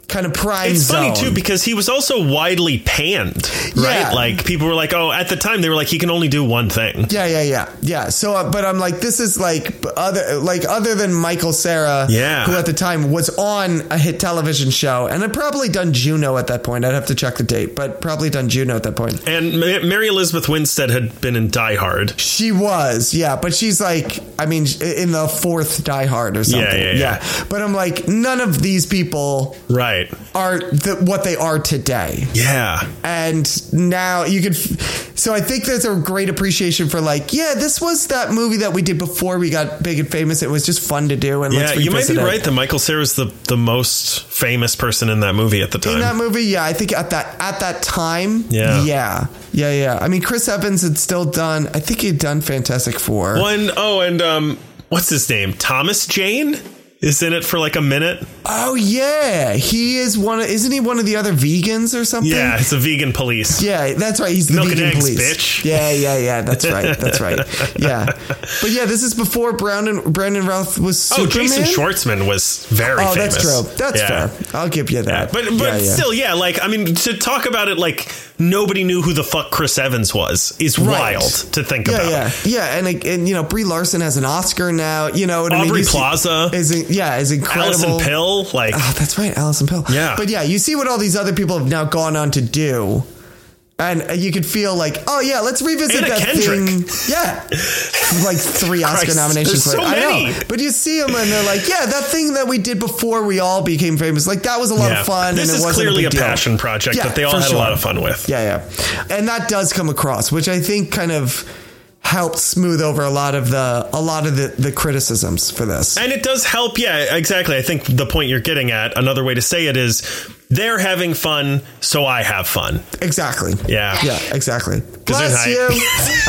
kind of prime.
It's funny
zone.
too because he was also widely panned, right?
Yeah.
Like people were like, "Oh, at the time they were like he can only do one thing."
Yeah, yeah, yeah, yeah. So, uh, but I'm like, this is like b- other, like other than Michael Sarah,
Yeah.
who at the time was on a hit television show, and had probably done Juno at that point. I'd have to check the date, but probably done Juno at that point.
And Ma- Mary Elizabeth Winstead had been in Die Hard.
She was, yeah, but she's like, I mean, sh- in the fourth Die Hard or something,
yeah, yeah.
But I'm like, none of these people
Right.
are the, what they are today.
Yeah.
and now you could so i think there's a great appreciation for like yeah this was that movie that we did before we got big and famous it was just fun to do and
Yeah,
let's
you might be
revisit it.
right that Michael Sarah was the, the most famous person in that movie at the
in that
time.
movie yeah i think at that at that time
Yeah.
yeah yeah yeah i mean chris evans had still done i think he'd done fantastic four
One oh and um what's his name? Thomas Jane is in it for like a minute.
oh yeah he is one of, isn't he one of the other vegans or something
Yeah, it's a vegan police.
Yeah, that's right. He's the
Milk and
vegan
eggs,
police.
bitch.
Yeah, yeah, yeah. That's right. That's right. Yeah, but yeah, this is before Brandon Brandon Routh was
Oh,
Superman.
Jason Schwartzman was very
Oh,
famous.
that's true. That's
Yeah.
fair. I'll give you that.
But but
Yeah, yeah.
still, yeah. Like I mean, to talk about it like nobody knew who the fuck Chris Evans was is
Right.
wild to think
Yeah,
about.
yeah, yeah, and like, and you know, Brie Larson has an Oscar now. You know what I mean?
Aubrey
You see-
Plaza.
is yeah, is incredible.
Allison Pill, like
Oh, that's right, Allison Pill.
Yeah.
But yeah, you see what all these other people have now gone on to do. And uh, you could feel like, oh yeah, let's revisit
Anna
that
Kendrick.
thing. Yeah, like three Oscar
Christ,
nominations.
there's
for
so
it. I know,
many.
but you see them and they're like, yeah, that thing that we did before we all became famous, like that was a lot
yeah.
of fun.
This
and it
is
wasn't
clearly
a,
a,
big deal.
passion project
Yeah,
that they all
for
had a lot
sure.
of fun with.
Yeah, yeah. And that does come across, which I think kind of helped smooth over a lot of the a lot of the, the criticisms for this.
And it does help. Yeah, exactly. I think the point you're getting at. Another way to say it is, they're having fun, so I have fun.
Exactly.
Yeah.
Yeah, exactly. Bless
hi.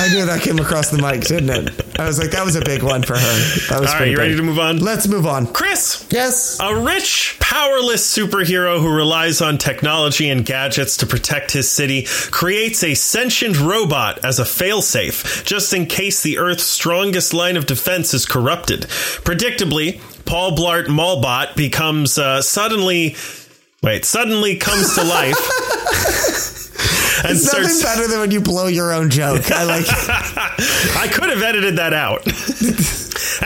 you. I knew that came across the mic, didn't it? I was like, that was a big one for her. That
All
was
right,
pretty
you ready
big.
to move on?
Let's move on.
Chris,
Yes.
A rich, powerless superhero who relies on technology and gadgets to protect his city creates a sentient robot as a failsafe, just in case the Earth's strongest line of defense is corrupted. Predictably, Paul Blart Mallbot becomes uh, suddenly. Wait, suddenly comes to life. and
It's nothing
starts.
better than when you blow your own joke. I like
I could have edited that out.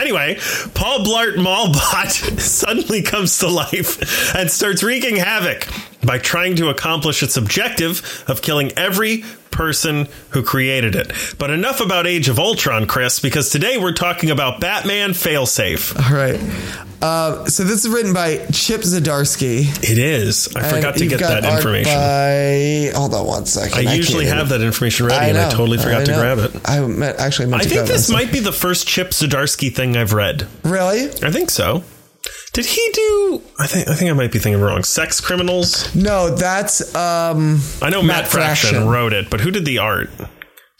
anyway, Paul Blart Mallbot suddenly comes to life and starts wreaking havoc by trying to accomplish its objective of killing every person who created it. But enough about Age of Ultron, Chris, because today we're talking about Batman Failsafe.
All right. Uh, so this is written by Chip Zdarsky.
It is. I forgot to
Uh, you've
get
got
that
art
information.
By, hold on one second.
I
can't
usually
even-
have that information ready, and I
know.
totally forgot
I
to
know.
grab it.
I meant, actually meant
I
to
think
grab
this
this.
might be the first Chip Zdarsky thing I've read.
Really?
I think so. Did he do? I think I think I might be thinking wrong. Sex criminals.
No, that's um.
I know Matt,
Matt
Fraction,
Fraction. Uh,
wrote it, but who did the art?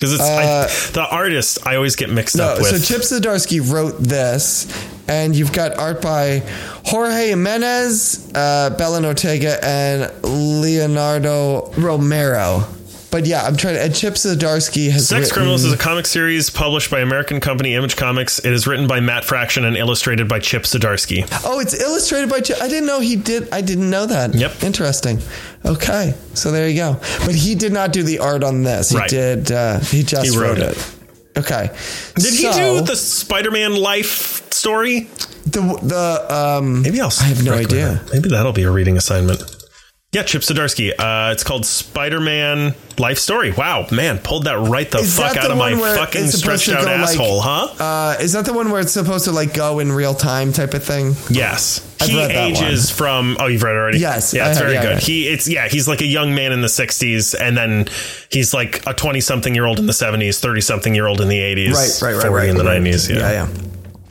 Because it's I, the artist. I always get mixed
No,
up with.
uh, so Chip Zdarsky wrote this, and you've got art by Jorge Jimenez, uh, Belen Ortega, and Leonardo Romero. But yeah, I'm trying to. And Chip Zdarsky has
Sex
written-
Criminals is a comic series published by American company Image Comics. It is written by Matt Fraction and illustrated by Chip Zdarsky.
Oh, it's illustrated by. Ch- I didn't know he did. I didn't know that.
Yep.
Interesting. Okay, so there you go. But he did not do the art on this. He
Right.
did. Uh, he just
He wrote
wrote,
it.
it. Okay.
Did he
So,
do the Spider-Man life story?
the the um?
Maybe I'll.
I have no
recommend
idea.
that. Maybe that'll be a reading assignment. Yeah, Chip Zdarsky. Uh, it's called Spider-Man Life Story. Wow, man, pulled that right the
Is
fuck out
that the
of my
one where
fucking
it's supposed
stretched
to
out
go, like-
asshole, huh?
Uh, is that the one where it's supposed to like go in real time type of thing?
Yes,
I've
he
read that one.
ages from. Oh, you've read it already.
Yes,
yeah,
I
it's
have,
very
yeah,
good.
yeah.
He, it's yeah, he's like a young man in the '60s, and then he's like a 20-something year old in the '70s, 30-something year old in the '80s,
Right, right, right,
40
right.
in the '90s. Yeah.
yeah, yeah.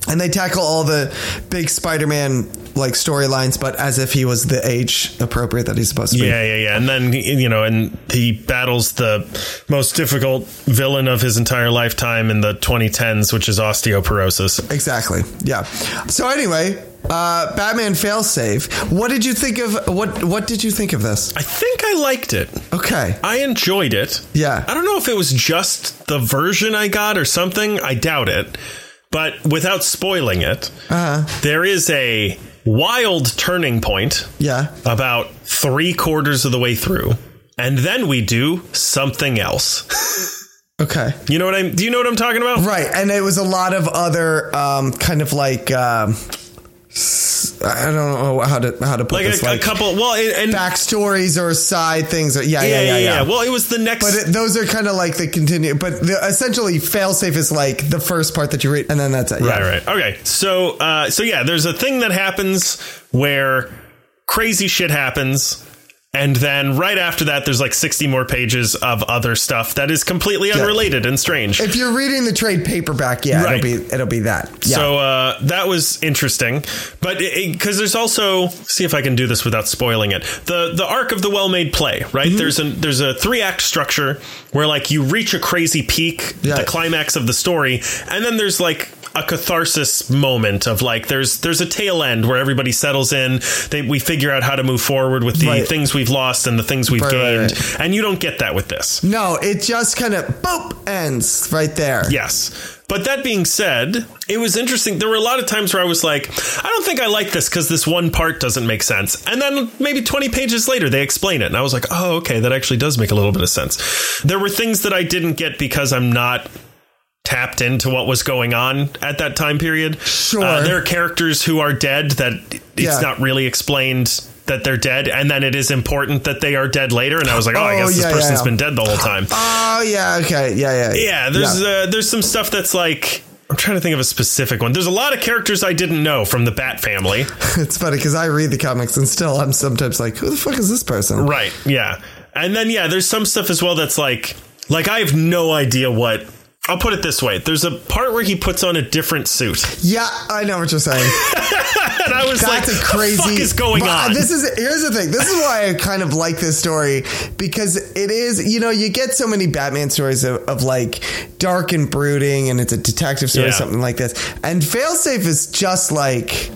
And they tackle all the big Spider-Man like storylines, but as if he was the age appropriate that he's supposed to be.
Yeah, yeah, yeah. And then you know, and he battles the most difficult villain of his entire lifetime in the 2010s, which is osteoporosis.
Exactly. Yeah. So anyway, uh, Batman failsafe. What did you think of what? What did you think of this?
I think I liked it.
Okay.
I enjoyed it.
Yeah.
I don't know if it was just the version I got or something. I doubt it. But without spoiling it,
Uh-huh.
there is a wild turning point
Yeah.
about three quarters of the way through. And then we do something else.
Okay.
You know what I'm do you know what I'm talking about?
Right. And it was a lot of other um, kind of like um, s- I don't know how to how to put
Like
this
a,
like
a couple well and, and
backstories or side things. Or, yeah, yeah, yeah, yeah.
Well, it was the next
But it, those are kind of like the continue. But the, essentially, failsafe is like the first part that you read, and then that's it.
Right, right. Okay. So, uh, so yeah, there's a thing that happens where crazy shit happens. And then right after that, there's like 60 more pages of other stuff that is completely unrelated and strange.
If you're reading the trade paperback, yeah,
Right.
it'll be it'll be that. Yeah.
So uh, that was interesting, but because there's also see if I can do this without spoiling it. the The arc of the well made play, right?
Mm-hmm.
There's a there's a three act structure where like you reach a crazy peak,
Yeah.
the climax of the story, and then there's like a catharsis moment of like there's there's a tail end where everybody settles in they we figure out how to move forward with the
Right.
things we've lost and the things we've
Right, right,
gained and you don't get that with this
No, it just kind of boop ends right there.
Yes. But that being said, it was interesting. There were a lot of times where I was like, I don't think I like this because this one part doesn't make sense. And then maybe 20 pages later, they explain it. And I was like, oh, okay, that actually does make a little bit of sense. There were things that I didn't get because I'm not tapped into what was going on at that time period.
Sure.
Uh, there are characters who are dead that it's
Yeah.
not really explained that they're dead. And then it is important that they are dead later. And I was like, oh, I
Oh,
guess this
yeah, yeah,
person's
yeah.
been dead the whole time.
Oh yeah, okay, yeah, yeah,
Yeah, there's Uh, there's some stuff that's like I'm trying to think of a specific one. There's a lot of characters I didn't know from the Bat family.
it's funny because I read the comics and still I'm sometimes like, who the fuck is this person?
right. Yeah. And then yeah, there's some stuff as well that's like like I have no idea what I'll put it this way. There's a part where he puts on a different suit.
Yeah, I know what you're saying.
And I was
That's
like,
a crazy.
what the fuck is going
But, uh,
on?
This is here's the thing. This is why I kind of like this story because it is you know you get so many Batman stories of, of like dark and brooding and it's a detective story or
Yeah.
something like this. And Failsafe is just like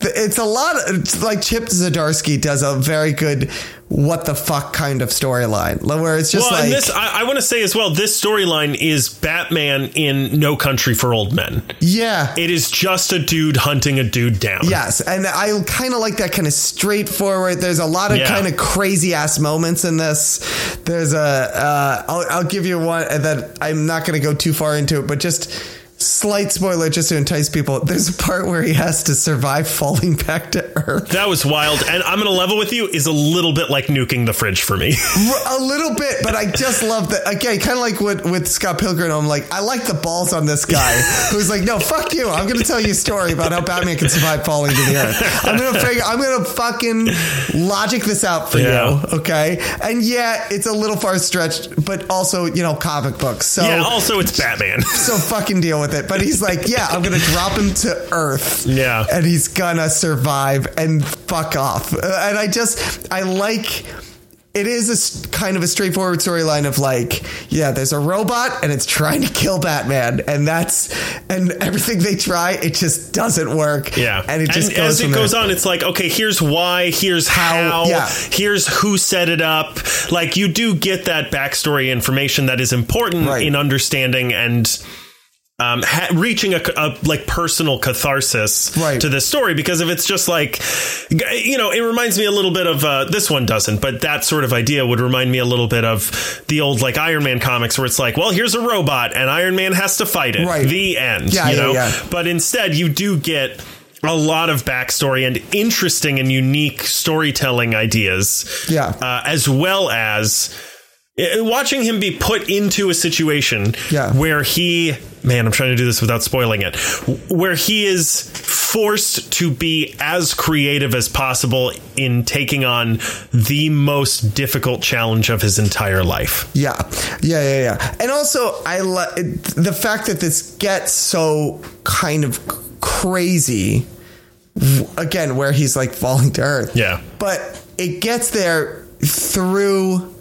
it's a lot. It's like Chip Zdarsky does a very good what the fuck kind of storyline where it's just
well, and
like
this I, I want to say as well, this storyline is Batman in No Country for Old Men.
yeah.
It is just a dude hunting a dude down.
Yes, and I kind of like that kind of straightforward. There's a lot of
Yeah.
kind of crazy ass moments in this. There's a uh, I'll, I'll give you one and then I'm not going to go too far into it, but just slight spoiler just to entice people. There's a part where he has to survive falling back to earth.
That was wild, and I'm gonna level with you is a little bit like nuking the fridge for me.
a little bit, but I just love that. Again, kind of like with, with Scott Pilgrim, I'm like, I like the balls on this guy who's like, no, fuck you. I'm going to tell you a story about how Batman can survive falling to the earth. I'm going to figure, I'm going to fucking logic this out for
Yeah.
you. Okay. And yeah, it's a little far stretched, but also, you know, comic books. So.
Yeah, also it's Batman.
so fucking deal with it. But he's like, yeah, I'm gonna drop him to earth.
Yeah.
and he's gonna survive and fuck off. Uh, And I just, I like. It is a s- kind of a straightforward storyline of like, yeah, there's a robot and it's trying to kill Batman, and that's and everything they try, it just doesn't work.
Yeah.
and it just
as
goes
it
from
goes
there.
on, it's like, okay, here's why, here's how,
yeah.
here's who set it up. Like you do get that backstory information that is important
Right.
in understanding and um, ha- reaching a, a like personal catharsis
Right.
to this story because if it's just like g- you know it reminds me a little bit of uh, this one doesn't but that sort of idea would remind me a little bit of the old like Iron Man comics where it's like well here's a robot and Iron Man has to fight it
Right.
the end
Yeah,
you
yeah,
know
yeah.
but instead you do get a lot of backstory and interesting and unique storytelling ideas
Yeah.
uh, as well as uh, watching him be put into a situation
Yeah.
where he man i'm trying to do this without spoiling it where he is forced to be as creative as possible in taking on the most difficult challenge of his entire life
Yeah, yeah, yeah, yeah. And also, I like the fact that this gets so kind of c- crazy. w- Again, where he's like falling to earth.
Yeah.
but it gets there through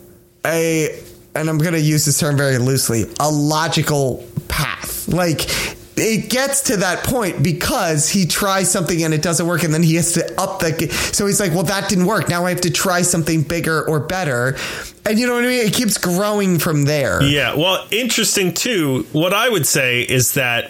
a, and I'm gonna use this term very loosely, a logical path. Like it gets to that point because he tries something and it doesn't work, and then he has to up the. g- So he's like, well, that didn't work. Now I have to try something bigger or better, and you know what I mean. It keeps growing from there.
yeah well interesting too what i would say is that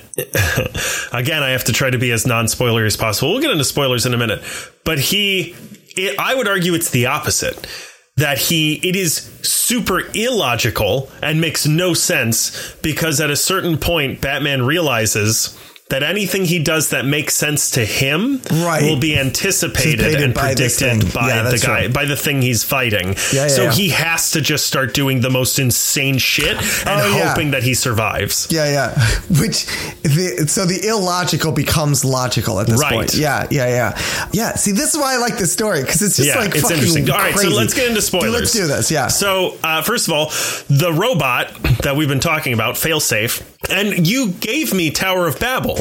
again i have to try to be as non-spoiler as possible we'll get into spoilers in a minute but he it, i would argue it's the opposite that he it is super illogical and makes no sense because at a certain point batman realizes that anything he does that makes sense to him
Right.
will be anticipated,
Anticipated
and
by this
predicted
thing.
by
Yeah,
the
that's
guy
right.
by the thing he's fighting.
yeah,
so
yeah.
he has to just start doing the most insane shit and
Oh, yeah.
hoping that he survives.
Yeah, yeah. Which the so the illogical becomes logical at this
Right.
point. Yeah, yeah, yeah. Yeah. See, this is why I like this story because it's just
yeah,
like
it's
fucking
interesting. All right,
crazy.
so let's get into spoilers.
Let's do this. Yeah.
So, uh, first of all, the robot that we've been talking about, Failsafe, and you gave me Tower of Babel,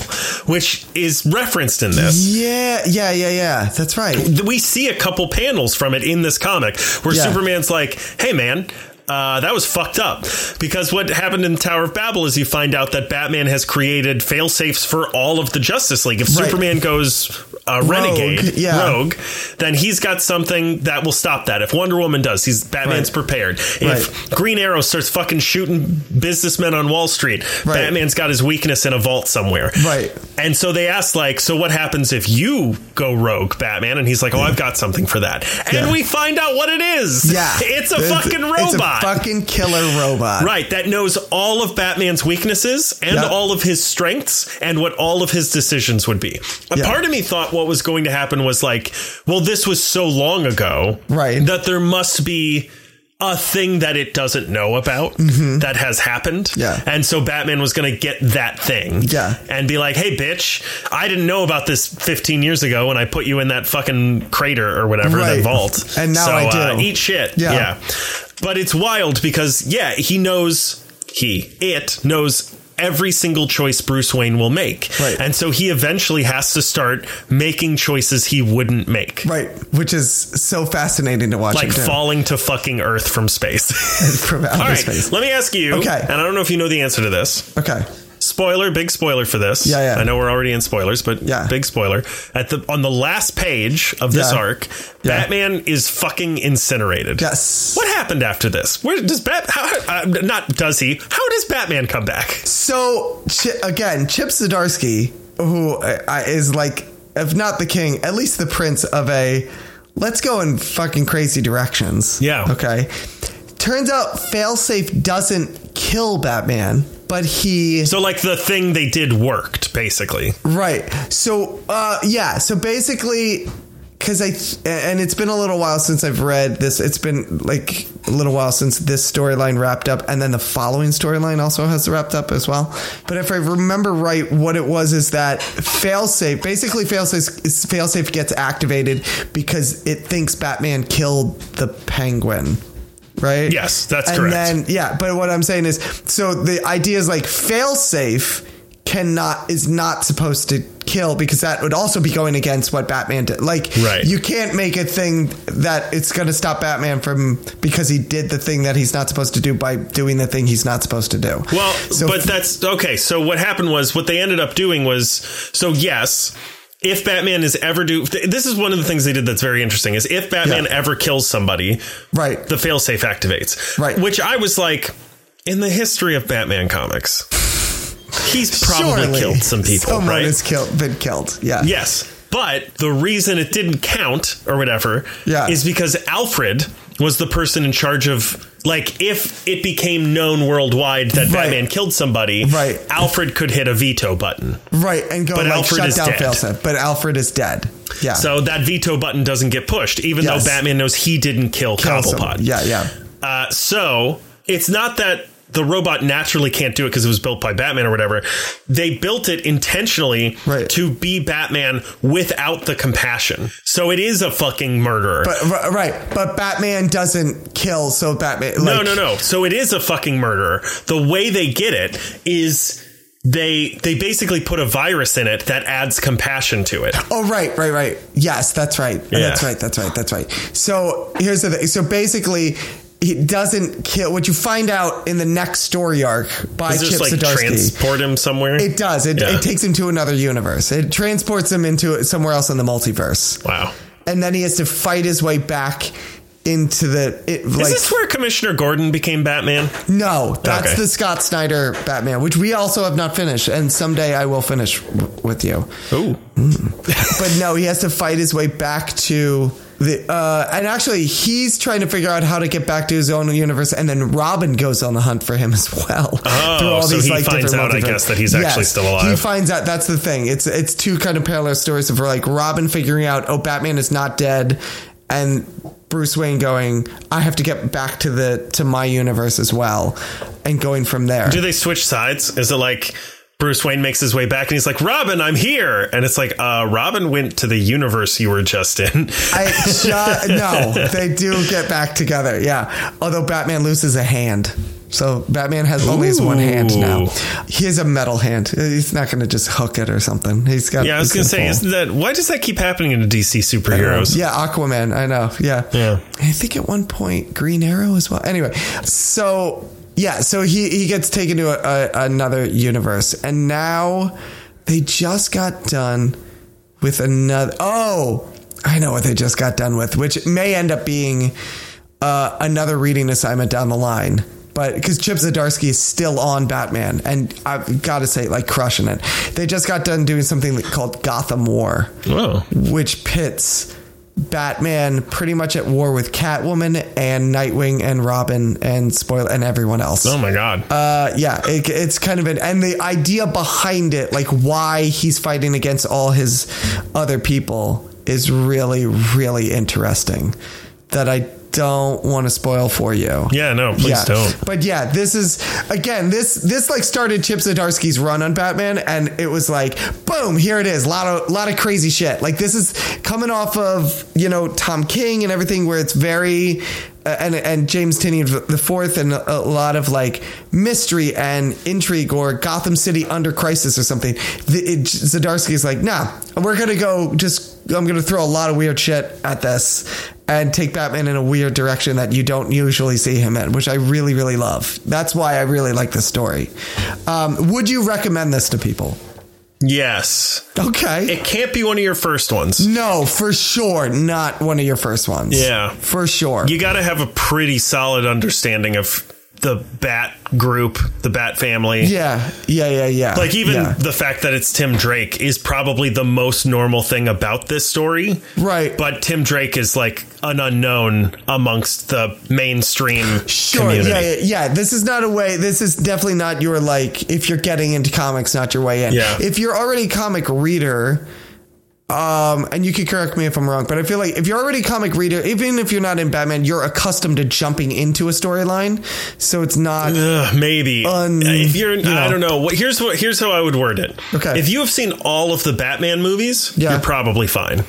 which is referenced in this.
yeah, yeah, yeah, yeah. That's right.
th- we see a couple panels from it in this comic where
Yeah.
Superman's like, "Hey, man." Uh, that was fucked up because what happened in Tower of Babel is you find out that Batman has created fail safes for all of the Justice League. If
Right.
Superman goes uh, renegade,
yeah.
rogue, then he's got something that will stop that. If Wonder Woman does, he's Batman's
Right.
prepared. If
Right.
Green Arrow starts fucking shooting businessmen on Wall Street,
Right.
Batman's got his weakness in a vault somewhere.
Right.
And so they asked, like, so what happens if you go rogue, Batman? And he's like, oh, I've got something for that. And
Yeah.
we find out what it is.
Yeah.
It's a
It's-
fucking robot.
It's a fucking killer robot.
Right, that knows all of Batman's weaknesses and
Yeah.
all of his strengths and what all of his decisions would be. A
Yeah.
part of me thought what was going to happen was like, well, this was so long ago,
Right.
That there must be a thing that it doesn't know about that has happened,
Mm-hmm. Yeah.
And so Batman was going to get that thing,
Yeah.
and be like, "Hey, bitch, I didn't know about this 15 years ago when I put you in that fucking crater or whatever, that
Right.
vault,
And now
so,
I do.
Uh, eat shit,
Yeah.
yeah. But it's wild because yeah, he knows he it knows every single choice Bruce Wayne will make.
Right.
And so he eventually has to start making choices he wouldn't make.
Right. Which is so fascinating to watch.
Like
him do.
falling to fucking earth from space.
from outer
All right,
space.
let me ask you.
Okay.
And I don't know if you know the answer to this.
Okay.
Spoiler, big spoiler for this.
Yeah, yeah.
I know we're already in spoilers, but
Yeah.
big spoiler. At the on the last page of this
Yeah.
arc,
Yeah.
Batman is fucking incinerated.
Yes.
What happened after this? Where does Bat? How, uh, not does he? How does Batman come back?
So chi again, Chip Zdarsky, who I, I, is like, if not the king, at least the prince of a let's go in fucking crazy directions.
Yeah.
Okay. Turns out Failsafe doesn't kill Batman, but he
So like the thing they did worked basically.
Right. So, uh, yeah. So basically, because I and it's been a little while since I've read this. It's been like a little while since this storyline wrapped up, and then the following storyline also has wrapped up as well. But if I remember right, what it was is that failsafe basically failsafe is- failsafe gets activated because it thinks Batman killed the Penguin. Right.
Yes, that's
and
correct.
Then, yeah, but what I'm saying is, so the idea is like failsafe cannot is not supposed to kill because that would also be going against what Batman did. Like,
Right.
you can't make a thing that it's going to stop Batman from because he did the thing that he's not supposed to do by doing the thing he's not supposed to do.
Well,
So-
but that's okay. So what happened was what they ended up doing was so yes, if Batman is ever do th- this is one of the things they did that's very interesting is if Batman
Yeah.
ever kills somebody,
right.
the failsafe activates.
Right.
Which I was like in the history of Batman comics. He's probably
Surely
killed some people,
Someone
right?
has killed, been killed. Yeah.
Yes. But the reason it didn't count or whatever
Yeah.
is because Alfred was the person in charge of like if it became known worldwide that
Right.
Batman killed somebody,
Right.
Alfred could hit a veto button.
Right. And go
But
like
Alfred
shut
is
down
dead.
failsafe. But Alfred is dead. Yeah.
So that veto button doesn't get pushed, even
Yes.
though Batman knows he didn't kill,
Kill some-
Cobblepot.
Yeah. Yeah.
Uh, so it's not that the robot naturally can't do it because it was built by Batman or whatever. They built it intentionally
Right.
to be Batman without the compassion. So it is a fucking murderer.
But r- right. But Batman doesn't kill. So Batman.
no,
like-
no, no. So it is a fucking murderer. The way they get it is they they basically put a virus in it that adds compassion to it.
Oh right, right, right. Yes, that's right. That's
Yeah.
right. That's right. That's right. So here's the thing. So basically, he doesn't kill. What you find out in the next story arc by
Does it
Chip
just like
Zdarsky.
transport him somewhere?
it does. It,
Yeah.
it takes him to another universe. It transports him into somewhere else in the multiverse,
wow.
and then he has to fight his way back into the. It,
Is
like,
this where Commissioner Gordon became Batman?
no, that's
Okay.
the Scott Snyder Batman, which we also have not finished, and someday I will finish w- with you.
Ooh.
but no, he has to fight his way back to the. Uh, and actually, he's trying to figure out how to get back to his own universe, and then Robin goes on the hunt for him as well.
Oh, so he finds
different
out, I
multiverse-
guess, that he's actually still
He
alive.
finds out. That's the thing. It's it's two kind of parallel stories of like Robin figuring out, oh, Batman is not dead, and Bruce Wayne going, I have to get back to the to my universe as well, and going from there.
Do they switch sides? Is it like Bruce Wayne makes his way back and he's like, Robin, I'm here. And it's like, uh, Robin went to the universe you were just in.
I ju- no, they do get back together. Yeah, although Batman loses a hand, so Batman has only his one hand now.
Ooh.
He has a metal hand. He's not going to just hook it or something. He's got.
yeah, I was
he's
going to say,
fall.
isn't that, why does that keep happening in DC superheroes?
Yeah, Aquaman. I know. Yeah.
Yeah.
I think at one point Green Arrow as well. Anyway, so yeah, so he he gets taken to a, a, another universe, and now they just got done with another. Oh, I know what they just got done with, which may end up being uh, another reading assignment down the line. But because Chip Zdarsky is still on Batman, and I've got to say, like crushing it. They just got done doing something called Gotham War
Whoa.
which pits Batman pretty much at war with Catwoman and Nightwing and Robin and spoil and everyone else.
Oh my God.
Uh, yeah, it, it's kind of an and the idea behind it, like why he's fighting against all his other people, is really really interesting. That I don't want to spoil for you.
yeah, no, please
Yeah.
don't.
But yeah, this is again this this like started Chip Zdarsky's run on Batman, and it was like boom, here it is, lot of lot of crazy shit. Like this is coming off of you know Tom King and everything, where it's very. Uh, and and James Tinney the fourth and a lot of like mystery and intrigue or Gotham City under crisis or something. The, it, Zdarsky's like, nah, we're gonna go just I'm gonna throw a lot of weird shit at this and take Batman in a weird direction that you don't usually see him in, which I really, really love. That's why I really like this story. Um, would you recommend this to people?
Yes.
Okay.
It can't be one of your first ones.
no, for sure, not one of your first ones.
Yeah.
for sure.
You got to have a pretty solid understanding of the Bat group, the Bat family.
yeah, yeah, yeah, yeah.
Like even
Yeah.
the fact that it's Tim Drake is probably the most normal thing about this story.
Right.
But Tim Drake is like an unknown amongst the mainstream
Sure.
community.
Yeah, yeah, yeah. This is not a way. This is definitely not your like. If you're getting into comics, not your way in.
Yeah.
If you're already a comic reader, um, and you can correct me if I'm wrong, but I feel like if you're already a comic reader, even if you're not in Batman, you're accustomed to jumping into a storyline, so it's not.
Ugh, maybe Uh,
Un-
if you're,
you know.
I don't know. What here's what here's how I would word it.
Okay.
If you have seen all of the Batman movies,
Yeah.
you're probably fine.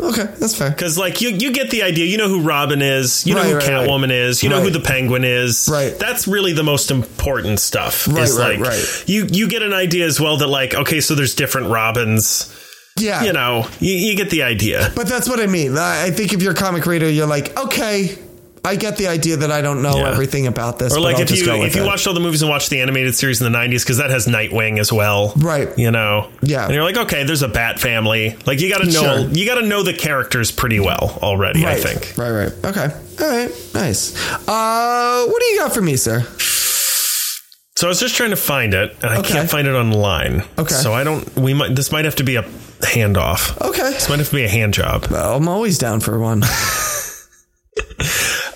Okay, that's fair.
Because like you, you get the idea. You know who Robin is. You know
Right,
who
right, right.
Catwoman is. You know who
Right.
the Penguin is.
Right.
That's really the most important stuff.
Right,
is
right,
like
right.
you you get an idea as well that like okay, so there's different Robins.
Yeah.
You know, you, you get the idea.
But that's what I mean. I I think if you're a comic reader, you're like, okay, I get the idea that I don't know
Yeah.
everything about this.
Or
but
like
I'll
if
just
you
go with
if you
it.
watched all the movies and watched the animated series in the '90s because that has Nightwing as well,
Right.
You know,
Yeah.
And you're like, okay, there's a Bat family. Like you got to know
Sure.
you got to know the characters pretty well already. I
right.
think
Right, right. Okay. All right. Nice. Uh, what do you got for me, sir?
So I was just trying to find it, and I
Okay.
can't find it online.
Okay.
So I don't. We might. This might have to be a handoff.
Okay.
This might have to be a hand job.
I'm always down for one.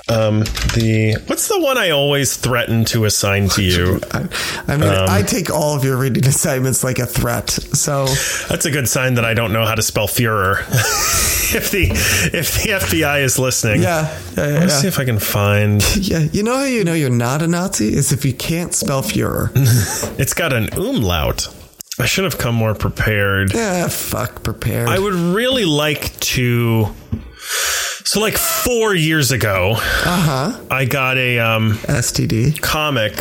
Um. The what's the one I always threaten to assign to you?
I, I mean,
Um,
I take all of your reading assignments like a threat. So,
That's a good sign that I don't know how to spell Führer. if the if the FBI is listening,
yeah. Yeah, yeah,
Let's see
yeah.
if I can find.
Yeah, you know how you know you're not a Nazi is if you can't spell Fuhrer.
It's got an umlaut. I should have come more prepared.
yeah, fuck, prepared.
I would really like to. So, like four years ago,
uh huh.
I got a um,
STD.
comic.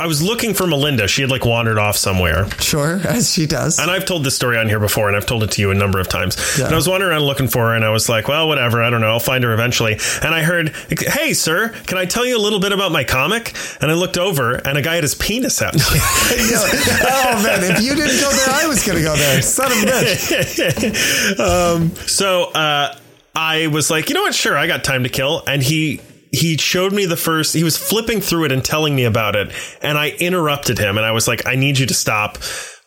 I was looking for Melinda. She had like wandered off somewhere.
Sure, as she does.
And I've told this story on here before, and I've told it to you a number of times.
Yeah.
And I was wandering around looking for her, and I was like, well, whatever. I don't know. I'll find her eventually. And I heard, hey, sir, can I tell you a little bit about my comic? And I looked over, and a guy had his penis out.
You know, oh man, if you didn't go there, I was gonna go there. Son of a bitch.
um, so uh, I was like, you know what? Sure, I got time to kill, and he he showed me the first. He was flipping through it and telling me about it, and I interrupted him, and I was like, I need you to stop.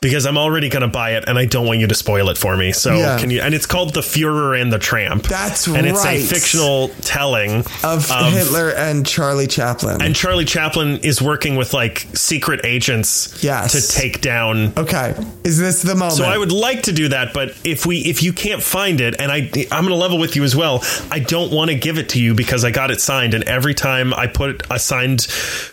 Because I'm already going to buy it, and I don't want you to spoil it for me. So
Yeah.
can you? And it's called "The Führer and the Tramp."
That's
and it's a
right.
fictional telling
Of Hitler and Charlie Chaplin.
Um, and Charlie Chaplin is working with like secret agents
Yes.
to take down
okay, is this the moment?
so I would like to do that, but if we if you can't find it, and I I'm going to level with you as well. I don't want to give it to you because I got it signed, and every time I put a signed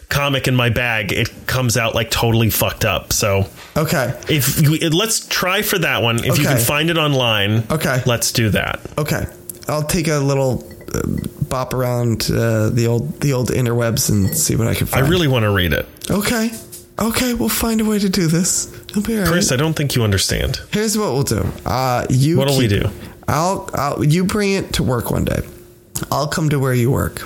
comic in my bag, it comes out like totally fucked up. So
okay,
if you, let's try for that one. If you can
Okay.
find it online,
Okay.
let's do that.
okay. I'll take a little uh, bop around uh, the old the old interwebs and see what I can
I
find.
really want to read it,
okay, okay, we'll find a way to do this. It'll be all right.
Chris. I don't think you understand.
Here's what we'll do. Uh, you.
What'll we do?
I'll, I'll. You bring it to work one day. I'll come to where you work,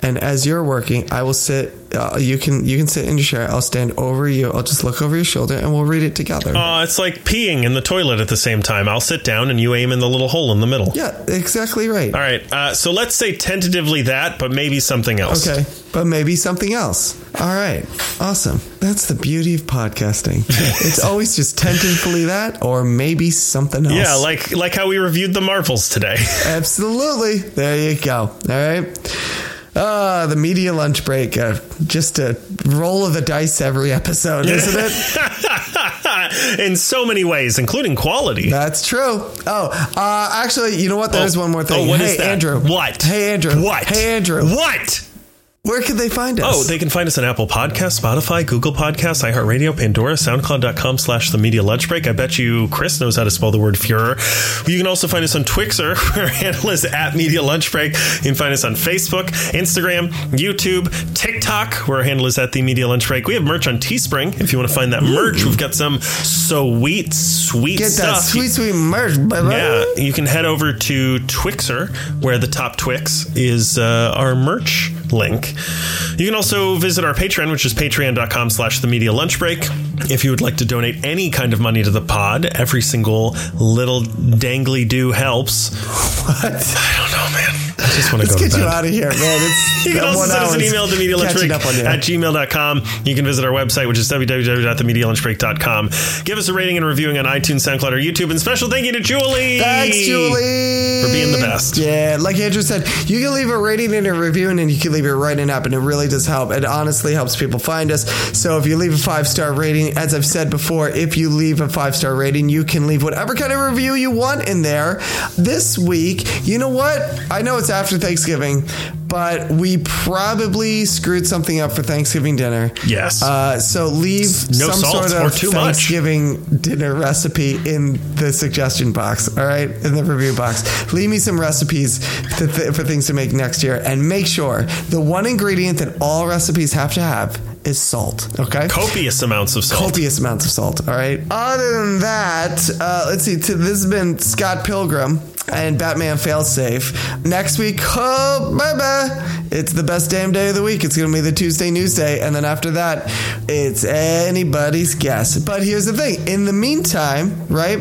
and as you're working, I will sit. Uh, you can you can sit in your chair. I'll stand over you. I'll just look over your shoulder, and we'll read it together.
Uh, it's like peeing in the toilet at the same time. I'll sit down and you aim in the little hole in the middle.
yeah, exactly right.
All right. Uh, so let's say tentatively that, but maybe something else.
Okay, but maybe something else. All right, awesome. That's the beauty of podcasting. it's always just tentatively that, or maybe something else.
Yeah, like like how we reviewed the Marvels today.
Absolutely. There you go. All right. Ah, the media lunch break. Uh, just a roll of the dice every episode, isn't it?
In so many ways, including quality.
That's true. Oh, uh, actually, you know what? There's one more thing.
Oh, what
hey,
is that?
Andrew.
What?
Hey, Andrew.
What?
Hey, Andrew.
What?
Where can they find us?
Oh, they can find us on Apple Podcasts, Spotify, Google Podcasts, iHeartRadio, Pandora, SoundCloud.com slash The Media Lunch Break. I bet you Chris knows how to spell the word Fuhrer. You can also find us on Twixer, where our handle is at Media Lunch Break. You can find us on Facebook, Instagram, YouTube, TikTok, where our handle is at The Media Lunch Break. We have merch on Teespring. If you want to find that merch, we've got some sweet, sweet
Get
stuff.
that sweet, sweet merch, baby.
Yeah, you can head over to Twixer, where the top Twix is uh, our merch link. You can also visit our Patreon, which is patreon.com slash the media lunch break. If you would like to donate any kind of money to the pod, every single little dangly do helps.
What?
I don't know, man. I just want to go to
Get
bed.
you out of here, man. It's
You can
that
also
one
send us
hour
an
is
email to
catching
medialunchbreak
up on you.
at gmail.com. You can visit our website, which is www.themedialunchbreak.com. Give us a rating and reviewing on iTunes, SoundCloud, or YouTube. And special thank you to Julie.
Thanks, Julie.
E for being the best.
Yeah, like Andrew said, you can leave a rating and a review, and then you can leave your writing up, and it really does help. It honestly helps people find us. So if you leave a five star rating, as I've said before, if you leave a five star rating, you can leave whatever kind of review you want in there. This week, you know what? I know it's after Thanksgiving, but we probably screwed something up for Thanksgiving dinner.
Yes.
Uh, so leave
No
some
salt
sort of
or too much.
Thanksgiving dinner recipe in the suggestion box. All right, in the review box. Leave me some recipes to th- for things to make next year, and make sure the one ingredient that all recipes have to have is salt. Okay.
copious amounts of salt.
Copious amounts of salt. All right. Other than that, uh, let's see. t- this has been Scott Pilgrim and Batman Failsafe. Next week, oh, baby, It's the best damn day of the week. It's going to be the Tuesday news day. And then after that, it's anybody's guess. But here's the thing in the meantime, right?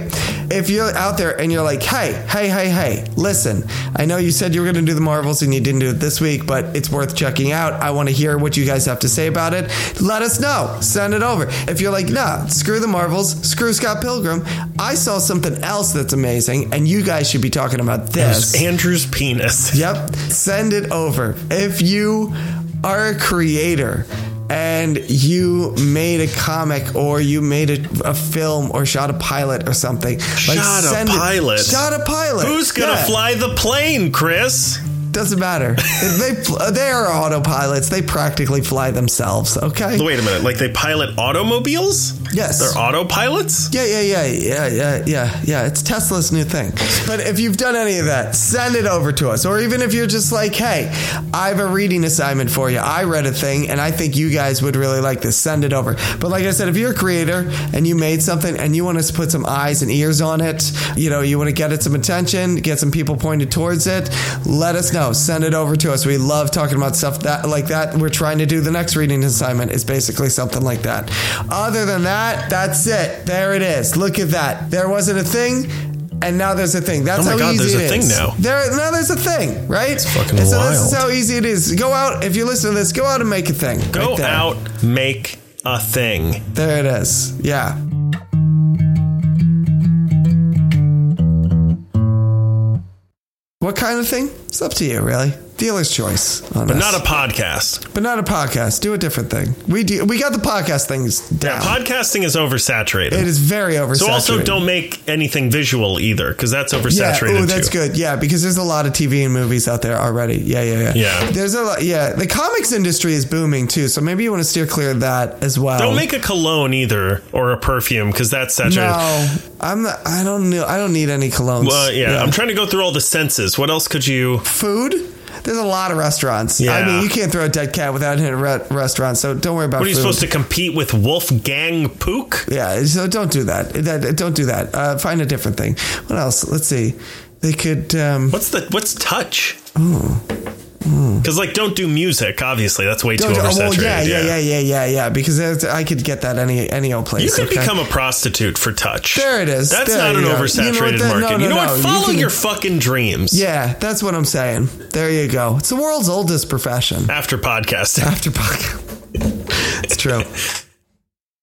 If you're out there and you're like, hey, hey, hey, hey, listen, I know you said you were going to do the Marvels and you didn't do it this week, but it's worth checking out. I want to hear what you guys have to say about it. Let us know. Send it over. If you're like, nah, screw the Marvels, screw Scott Pilgrim, I saw something else that's amazing, and you guys should be talking about this.
Andrew's penis.
Yep. Send it over. If you are a creator and you made a comic or you made a, a film or shot a pilot or something, like
Shot a
send it-
pilot.
shot a pilot.
Who's gonna
Yeah.
fly the plane, Chris?
Doesn't matter. they fl- they are autopilots. They practically fly themselves. Okay.
Wait a minute, like they pilot automobiles?
Yes.
They're autopilots?
Yeah, yeah, yeah, yeah, yeah, yeah, yeah. It's Tesla's new thing. But if you've done any of that, send it over to us. Or even if you're just like, hey, I have a reading assignment for you. I read a thing and I think you guys would really like this. Send it over. But like I said, if you're a creator and you made something and you want us to put some eyes and ears on it, you know, you want to get it some attention, get some people pointed towards it, let us know. Send it over to us. We love talking about stuff that like that. We're trying to do the next reading assignment is basically something like that. Other than that, that's it. There it is. Look at that. There wasn't a thing. And now there's a thing. That's
Oh my
how
God,
easy
there's
it
a
is.
thing now.
There, now there's a thing, right?
fucking
and so this is
wild.
how easy it is. Go out if you listen to this. Go out and make a thing.
Go
Right there.
out, make a thing.
There it is. Yeah. What kind of thing? It's up to you, really. Dealer's choice. On
But not a podcast.
but not a podcast. Do a different thing. We do. We got the podcast things
Yeah,
down.
podcasting is oversaturated.
it is very oversaturated.
so also don't make anything visual either, because that's
Yeah.
oversaturated
Oh, that's
too.
good. Yeah, because there's a lot of TV and movies out there already. Yeah, yeah, yeah.
Yeah.
There's a lot. Yeah, the comics industry is booming too. So maybe you want to steer clear of that as well.
Don't make a cologne either or a perfume, because that's saturated.
No, I'm not. I don't know. I don't need any colognes.
Well, uh, yeah, I'm trying to go through all the senses. What else could you?
food. There's a lot of restaurants. I
Yeah.
mean, you can't throw a dead cat without hitting a re- restaurant. So don't worry about.
What are you
food.
supposed to compete with Wolfgang Pook?
Yeah, so don't do that. That- Don't do that. Uh, find a different thing. What else? Let's see. They could. Um,
What's the what's touch? Because like, don't do music. Obviously, that's way
don't
too
do-
oversaturated.
well, yeah, yeah, yeah, yeah, yeah, yeah. Because that's- I could get that any any old place.
You could
okay?
become a prostitute for touch.
There it is.
That's
There
not
you
an
go.
oversaturated
You know what that-
market.
no, no,
you know what?
no. You
Follow
can-
your fucking dreams.
Yeah, that's what I'm saying. There you go. It's the world's oldest profession.
After podcasting.
After podcast. it's true.